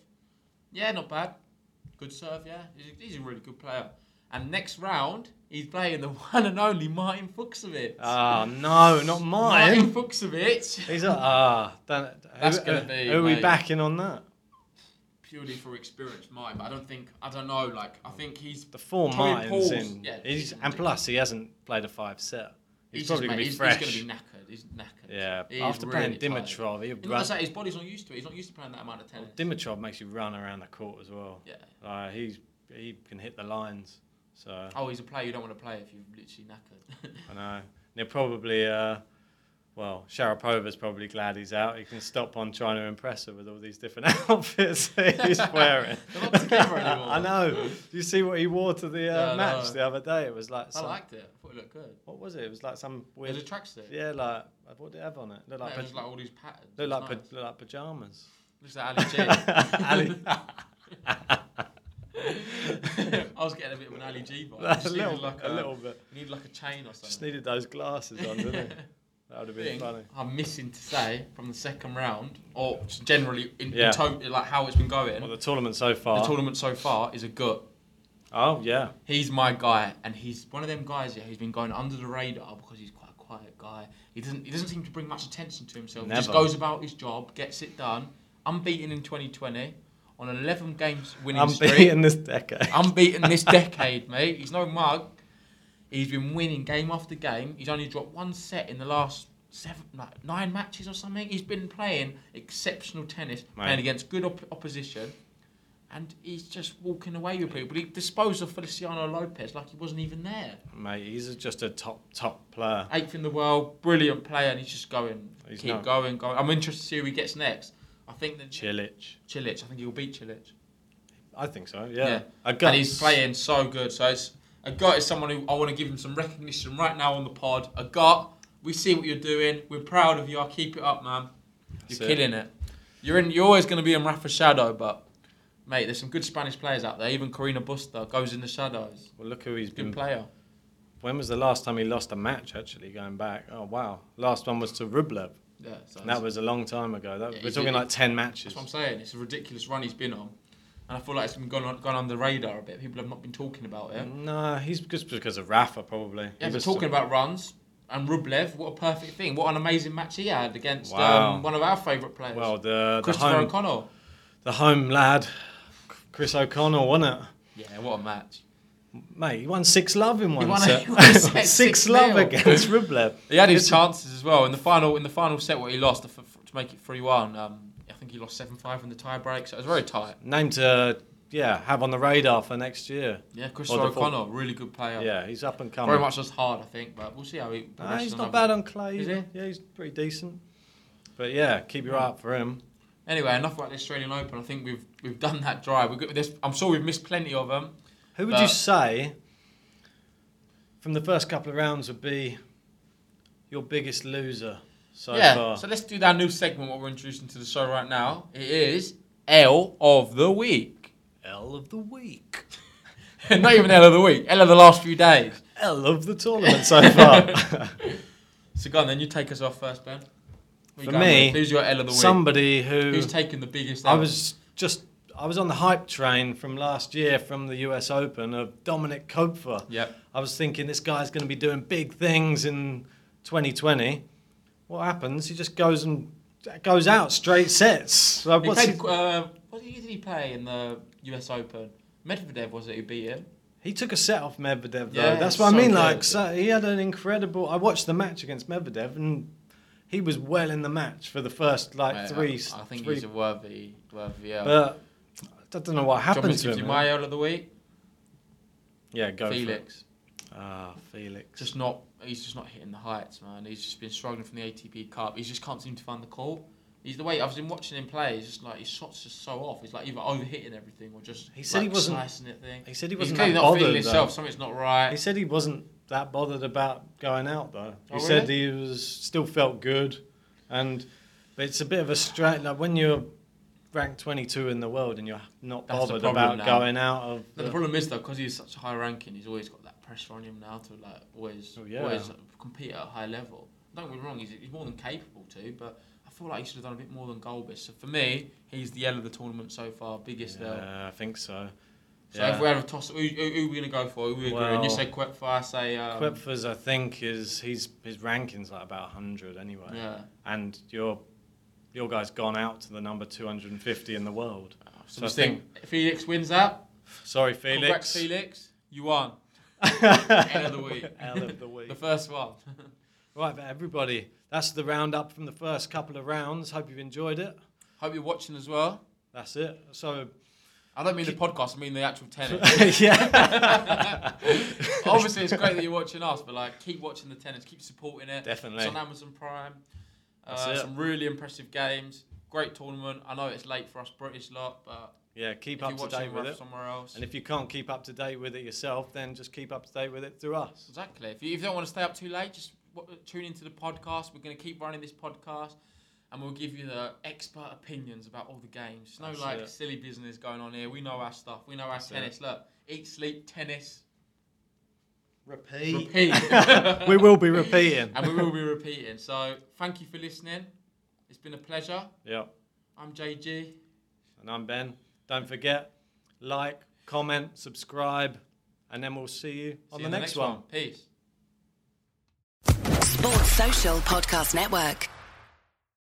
Speaker 3: Yeah, not bad. Good serve, yeah. He's a, he's a really good player. And next round, he's playing the one and only Martin Fuchsovich.
Speaker 2: Ah, no, not
Speaker 3: Martin
Speaker 2: mine.
Speaker 3: Fuchsovich.
Speaker 2: He's a, ah. don't-
Speaker 3: That's
Speaker 2: who,
Speaker 3: gonna
Speaker 2: who-
Speaker 3: be,
Speaker 2: Who are we
Speaker 3: mate.
Speaker 2: backing on that?
Speaker 3: purely for experience, mine. But I don't think I don't know. Like I think he's
Speaker 2: The four
Speaker 3: Tommy
Speaker 2: Martins
Speaker 3: Paul's-
Speaker 2: in.
Speaker 3: yeah,
Speaker 2: he's,
Speaker 3: he's-
Speaker 2: and plus, he hasn't played a five set. He's,
Speaker 3: just
Speaker 2: probably
Speaker 3: made-
Speaker 2: going to be
Speaker 3: he's,
Speaker 2: fresh.
Speaker 3: He's going to be knackered. He's knackered.
Speaker 2: Yeah,
Speaker 3: He is
Speaker 2: after playing
Speaker 3: tired.
Speaker 2: Dimitrov, he'll
Speaker 3: It's not
Speaker 2: run-
Speaker 3: to say his body's not used to it. He's not used to playing that amount of tennis.
Speaker 2: Dimitrov makes you run around the court as well.
Speaker 3: Yeah.
Speaker 2: Uh, he's, he can hit the lines. So,
Speaker 3: Oh, he's a player you don't want to play if you're literally knackered.
Speaker 2: I know. And they're probably, uh, well, Sharapova's probably glad he's out. He can stop on trying to impress her with all these different outfits that he's wearing.
Speaker 3: They're not together anymore.
Speaker 2: I know. Do you see what he wore to the
Speaker 3: Yeah,
Speaker 2: uh,
Speaker 3: I
Speaker 2: match
Speaker 3: know.
Speaker 2: the other day? It was like
Speaker 3: I
Speaker 2: some,
Speaker 3: liked it. I thought it looked good.
Speaker 2: what was it? It was like some
Speaker 3: It
Speaker 2: weird.
Speaker 3: was a tracksuit.
Speaker 2: Yeah, like what did it have on it? Looked like,
Speaker 3: Like,
Speaker 2: pa-
Speaker 3: it was like all these patterns.
Speaker 2: looked like,
Speaker 3: It's
Speaker 2: pa-
Speaker 3: nice.
Speaker 2: looked like pajamas.
Speaker 3: Looks like Ali
Speaker 2: Ali-
Speaker 3: G. I was getting a bit of an Ali G vibe.
Speaker 2: That's
Speaker 3: Just
Speaker 2: a
Speaker 3: needed
Speaker 2: little
Speaker 3: like
Speaker 2: bit, a little bit.
Speaker 3: you Need like a chain or something.
Speaker 2: Just needed those glasses on, didn't it? That would have been
Speaker 3: thing
Speaker 2: funny.
Speaker 3: I'm missing to say from the second round, or just generally in,
Speaker 2: Yeah.
Speaker 3: in to- like how it's been going,
Speaker 2: Well, the
Speaker 3: the,
Speaker 2: tournament so far.
Speaker 3: tournament so far is a gut.
Speaker 2: oh yeah,
Speaker 3: He's my guy, and he's one of them guys yeah, who's been going under the radar because he's quite a quiet guy. He doesn't he doesn't seem to bring much attention to himself. He just
Speaker 2: Never.
Speaker 3: goes about his job, gets it done. Unbeaten in 2020 on an 11 games winning
Speaker 2: I'm
Speaker 3: streak.
Speaker 2: beating this decade.
Speaker 3: unbeaten this decade, mate. He's no mug. He's been winning game after game. He's only dropped one set in the last seven, no, nine matches or something. He's been playing exceptional tennis, playing against good op- opposition, and he's just walking away with people. He disposed of Feliciano Lopez like he wasn't even there.
Speaker 2: mate. He's just a top top player.
Speaker 3: Eighth in the world, brilliant player, and he's just going,
Speaker 2: He's
Speaker 3: keep
Speaker 2: not-
Speaker 3: going, going. I'm interested to see who he gets next. I think that
Speaker 2: Chilich,
Speaker 3: Chilich, I think he'll beat Chilich.
Speaker 2: I think so. Yeah,
Speaker 3: Yeah.
Speaker 2: a
Speaker 3: And he's
Speaker 2: Guts.
Speaker 3: playing so good. So it's a gut is someone who I want to give him some recognition right now on the pod. A gut, we see what you're doing. We're proud of you. Keep it up, man. You're
Speaker 2: That's it.
Speaker 3: killing it. You're in. You're always going to be in Rafa's shadow, but mate, there's some good Spanish players out there. Even Corina Busta goes in the shadows.
Speaker 2: Well, look who he's
Speaker 3: Good
Speaker 2: been.
Speaker 3: player.
Speaker 2: When was the last time he lost a match? Actually, going back. Oh wow, last one was to Rublev.
Speaker 3: Yeah. So
Speaker 2: And that was a long time ago. That,
Speaker 3: Yeah,
Speaker 2: we're
Speaker 3: he's-
Speaker 2: talking like ten matches.
Speaker 3: That's what I'm saying. It's a ridiculous run he's been on, and I feel like it's been gone on, gone under the radar a bit. People have not been talking about it.
Speaker 2: No, he's just because of Rafa probably.
Speaker 3: Yeah,
Speaker 2: He
Speaker 3: but
Speaker 2: was-
Speaker 3: talking about runs and Rublev, what a perfect thing! What an amazing match he had against
Speaker 2: Wow.
Speaker 3: um, one of our favourite players,
Speaker 2: well the the
Speaker 3: Christopher
Speaker 2: home,
Speaker 3: O'Connell.
Speaker 2: the home lad, Chris O'Connell, won it.
Speaker 3: Yeah, what a match!
Speaker 2: Mate, he won six love in one
Speaker 3: won a-
Speaker 2: set.
Speaker 3: he won a set
Speaker 2: six love
Speaker 3: 6-0.
Speaker 2: against Rublev.
Speaker 3: He had his chances as well in the final. In the final set, where he lost to, to make it three-one, um, I think he lost seven-five in the tie break, so it was very tight.
Speaker 2: Name to yeah have on the radar for next year.
Speaker 3: Yeah,
Speaker 2: Or
Speaker 3: Christopher
Speaker 2: the fourth-
Speaker 3: O'Connell, really good player.
Speaker 2: Yeah, he's up and coming.
Speaker 3: very much just hard, I think, but we'll see how he.
Speaker 2: Nah,
Speaker 3: progresses
Speaker 2: he's not
Speaker 3: another-
Speaker 2: bad on clay.
Speaker 3: Is
Speaker 2: either. Yeah, he's pretty decent. But yeah, keep your eye out for him.
Speaker 3: Anyway, enough about the Australian Open. I think we've we've done that drive. We've got, there's, I'm sure we've missed plenty of them.
Speaker 2: Who would
Speaker 3: But-
Speaker 2: you say from the first couple of rounds would be your biggest loser so
Speaker 3: yeah.
Speaker 2: far?
Speaker 3: So let's do that new segment what we're introducing to the show right now. It is L of the week.
Speaker 2: L of the week.
Speaker 3: Not even L of the week. L of the last few days.
Speaker 2: L of the tournament so far.
Speaker 3: So go on then. You take us off first, Ben. Who you
Speaker 2: For
Speaker 3: going
Speaker 2: me,
Speaker 3: with? who's your L of the week?
Speaker 2: Somebody who
Speaker 3: Who's taking the biggest?
Speaker 2: I
Speaker 3: L?
Speaker 2: was just I was on the hype train from last year from the US Open of Dominic Kopfer.
Speaker 3: Yep.
Speaker 2: I was thinking this guy's going to be doing big things in 2020. What happens? He just goes and goes out straight sets. So
Speaker 3: He
Speaker 2: what's
Speaker 3: played,
Speaker 2: he-
Speaker 3: uh, what did he- did he play in the U.S. Open? Medvedev was it who beat him?
Speaker 2: He took a set off Medvedev, though.
Speaker 3: Yeah,
Speaker 2: That's
Speaker 3: it's
Speaker 2: what
Speaker 3: so
Speaker 2: I mean.
Speaker 3: good.
Speaker 2: Like, so he had an incredible. I watched the match against Medvedev, and he was well in the match for the first like
Speaker 3: Mate,
Speaker 2: three.
Speaker 3: I, I think
Speaker 2: three
Speaker 3: he's a worthy, worthy. Yeah.
Speaker 2: but I don't know what
Speaker 3: Do you want me
Speaker 2: happened
Speaker 3: to
Speaker 2: to
Speaker 3: give you
Speaker 2: him.
Speaker 3: my L of the week?
Speaker 2: yeah, go for it.
Speaker 3: Felix.
Speaker 2: Ah, Felix.
Speaker 3: just not he's just not hitting the heights, man. He's just been struggling from the ATP Cup. He just can't seem to find the court. He's the way I've been watching him play. He's just like his shots just so off. He's like either overhitting everything or just
Speaker 2: He said he
Speaker 3: like,
Speaker 2: wasn't-
Speaker 3: slicing it thing.
Speaker 2: he said he
Speaker 3: He's
Speaker 2: wasn't
Speaker 3: clearly
Speaker 2: that
Speaker 3: not feeling
Speaker 2: bothered,
Speaker 3: himself.
Speaker 2: though.
Speaker 3: Something's not right.
Speaker 2: He said he wasn't that bothered about going out though. He
Speaker 3: Oh,
Speaker 2: said he was still felt good, and but it's a bit of a straight like when you're ranked 22 in the world and you're not
Speaker 3: That's the
Speaker 2: bothered
Speaker 3: problem
Speaker 2: about
Speaker 3: now.
Speaker 2: going out of.
Speaker 3: But the problem is though, because he's such a high ranking, he's always got that pressure on him now to like always,
Speaker 2: Oh, yeah.
Speaker 3: always compete at a high level. Don't get me wrong, he's, he's more than capable to, but I feel like he should have done a bit more than Golbis. So for me, he's the L of the tournament so far, biggest L.
Speaker 2: yeah, I think so.
Speaker 3: So if we had a toss, who, who, who are we gonna go for? Who we agree? And
Speaker 2: Well-
Speaker 3: you say Quepfa, I say um,
Speaker 2: Quepfers, I think, is his his rankings like about 100 anyway.
Speaker 3: Yeah.
Speaker 2: And your your guy's gone out to the number 250 in the world. So
Speaker 3: So
Speaker 2: I
Speaker 3: just think Felix wins that.
Speaker 2: Sorry,
Speaker 3: Congrats,
Speaker 2: Felix.
Speaker 3: Felix, you won. End of the week.
Speaker 2: L of the week.
Speaker 3: The first one.
Speaker 2: Right, but everybody, that's the roundup from the first couple of rounds. Hope you've enjoyed it.
Speaker 3: Hope you're watching as well.
Speaker 2: That's it. So
Speaker 3: I don't mean the podcast. I mean the actual tennis.
Speaker 2: yeah,
Speaker 3: Obviously, it's great that you're watching us, but like, keep watching the tennis. Keep supporting it.
Speaker 2: Definitely.
Speaker 3: It's on Amazon Prime.
Speaker 2: That's
Speaker 3: Uh,
Speaker 2: it.
Speaker 3: Some really impressive games. Great tournament. I know it's late for us British lot, but
Speaker 2: yeah. Keep
Speaker 3: if
Speaker 2: up
Speaker 3: you're
Speaker 2: to
Speaker 3: watching
Speaker 2: date with
Speaker 3: ref
Speaker 2: it.
Speaker 3: somewhere else,
Speaker 2: And if you can't keep up to date with it yourself, then just keep up to date with it through us.
Speaker 3: Exactly. If you, if you don't want to stay up too late, just w- tune into the podcast. We're going to keep running this podcast, and we'll give you the expert opinions about all the games. There's no
Speaker 2: That's
Speaker 3: like
Speaker 2: it.
Speaker 3: silly business going on here. We know our stuff. We know our
Speaker 2: it.
Speaker 3: tennis. Look, eat, sleep, tennis,
Speaker 2: Repeat.
Speaker 3: repeat,
Speaker 2: we will be repeating.
Speaker 3: and we will be repeating. So thank you for listening. It's been a pleasure.
Speaker 2: yeah.
Speaker 3: I'm JG.
Speaker 2: And I'm Ben. Don't forget, like, comment, subscribe, and then we'll see you on
Speaker 3: See you
Speaker 2: the
Speaker 3: in
Speaker 2: next one.
Speaker 3: Peace.
Speaker 4: Sports Social Podcast Network.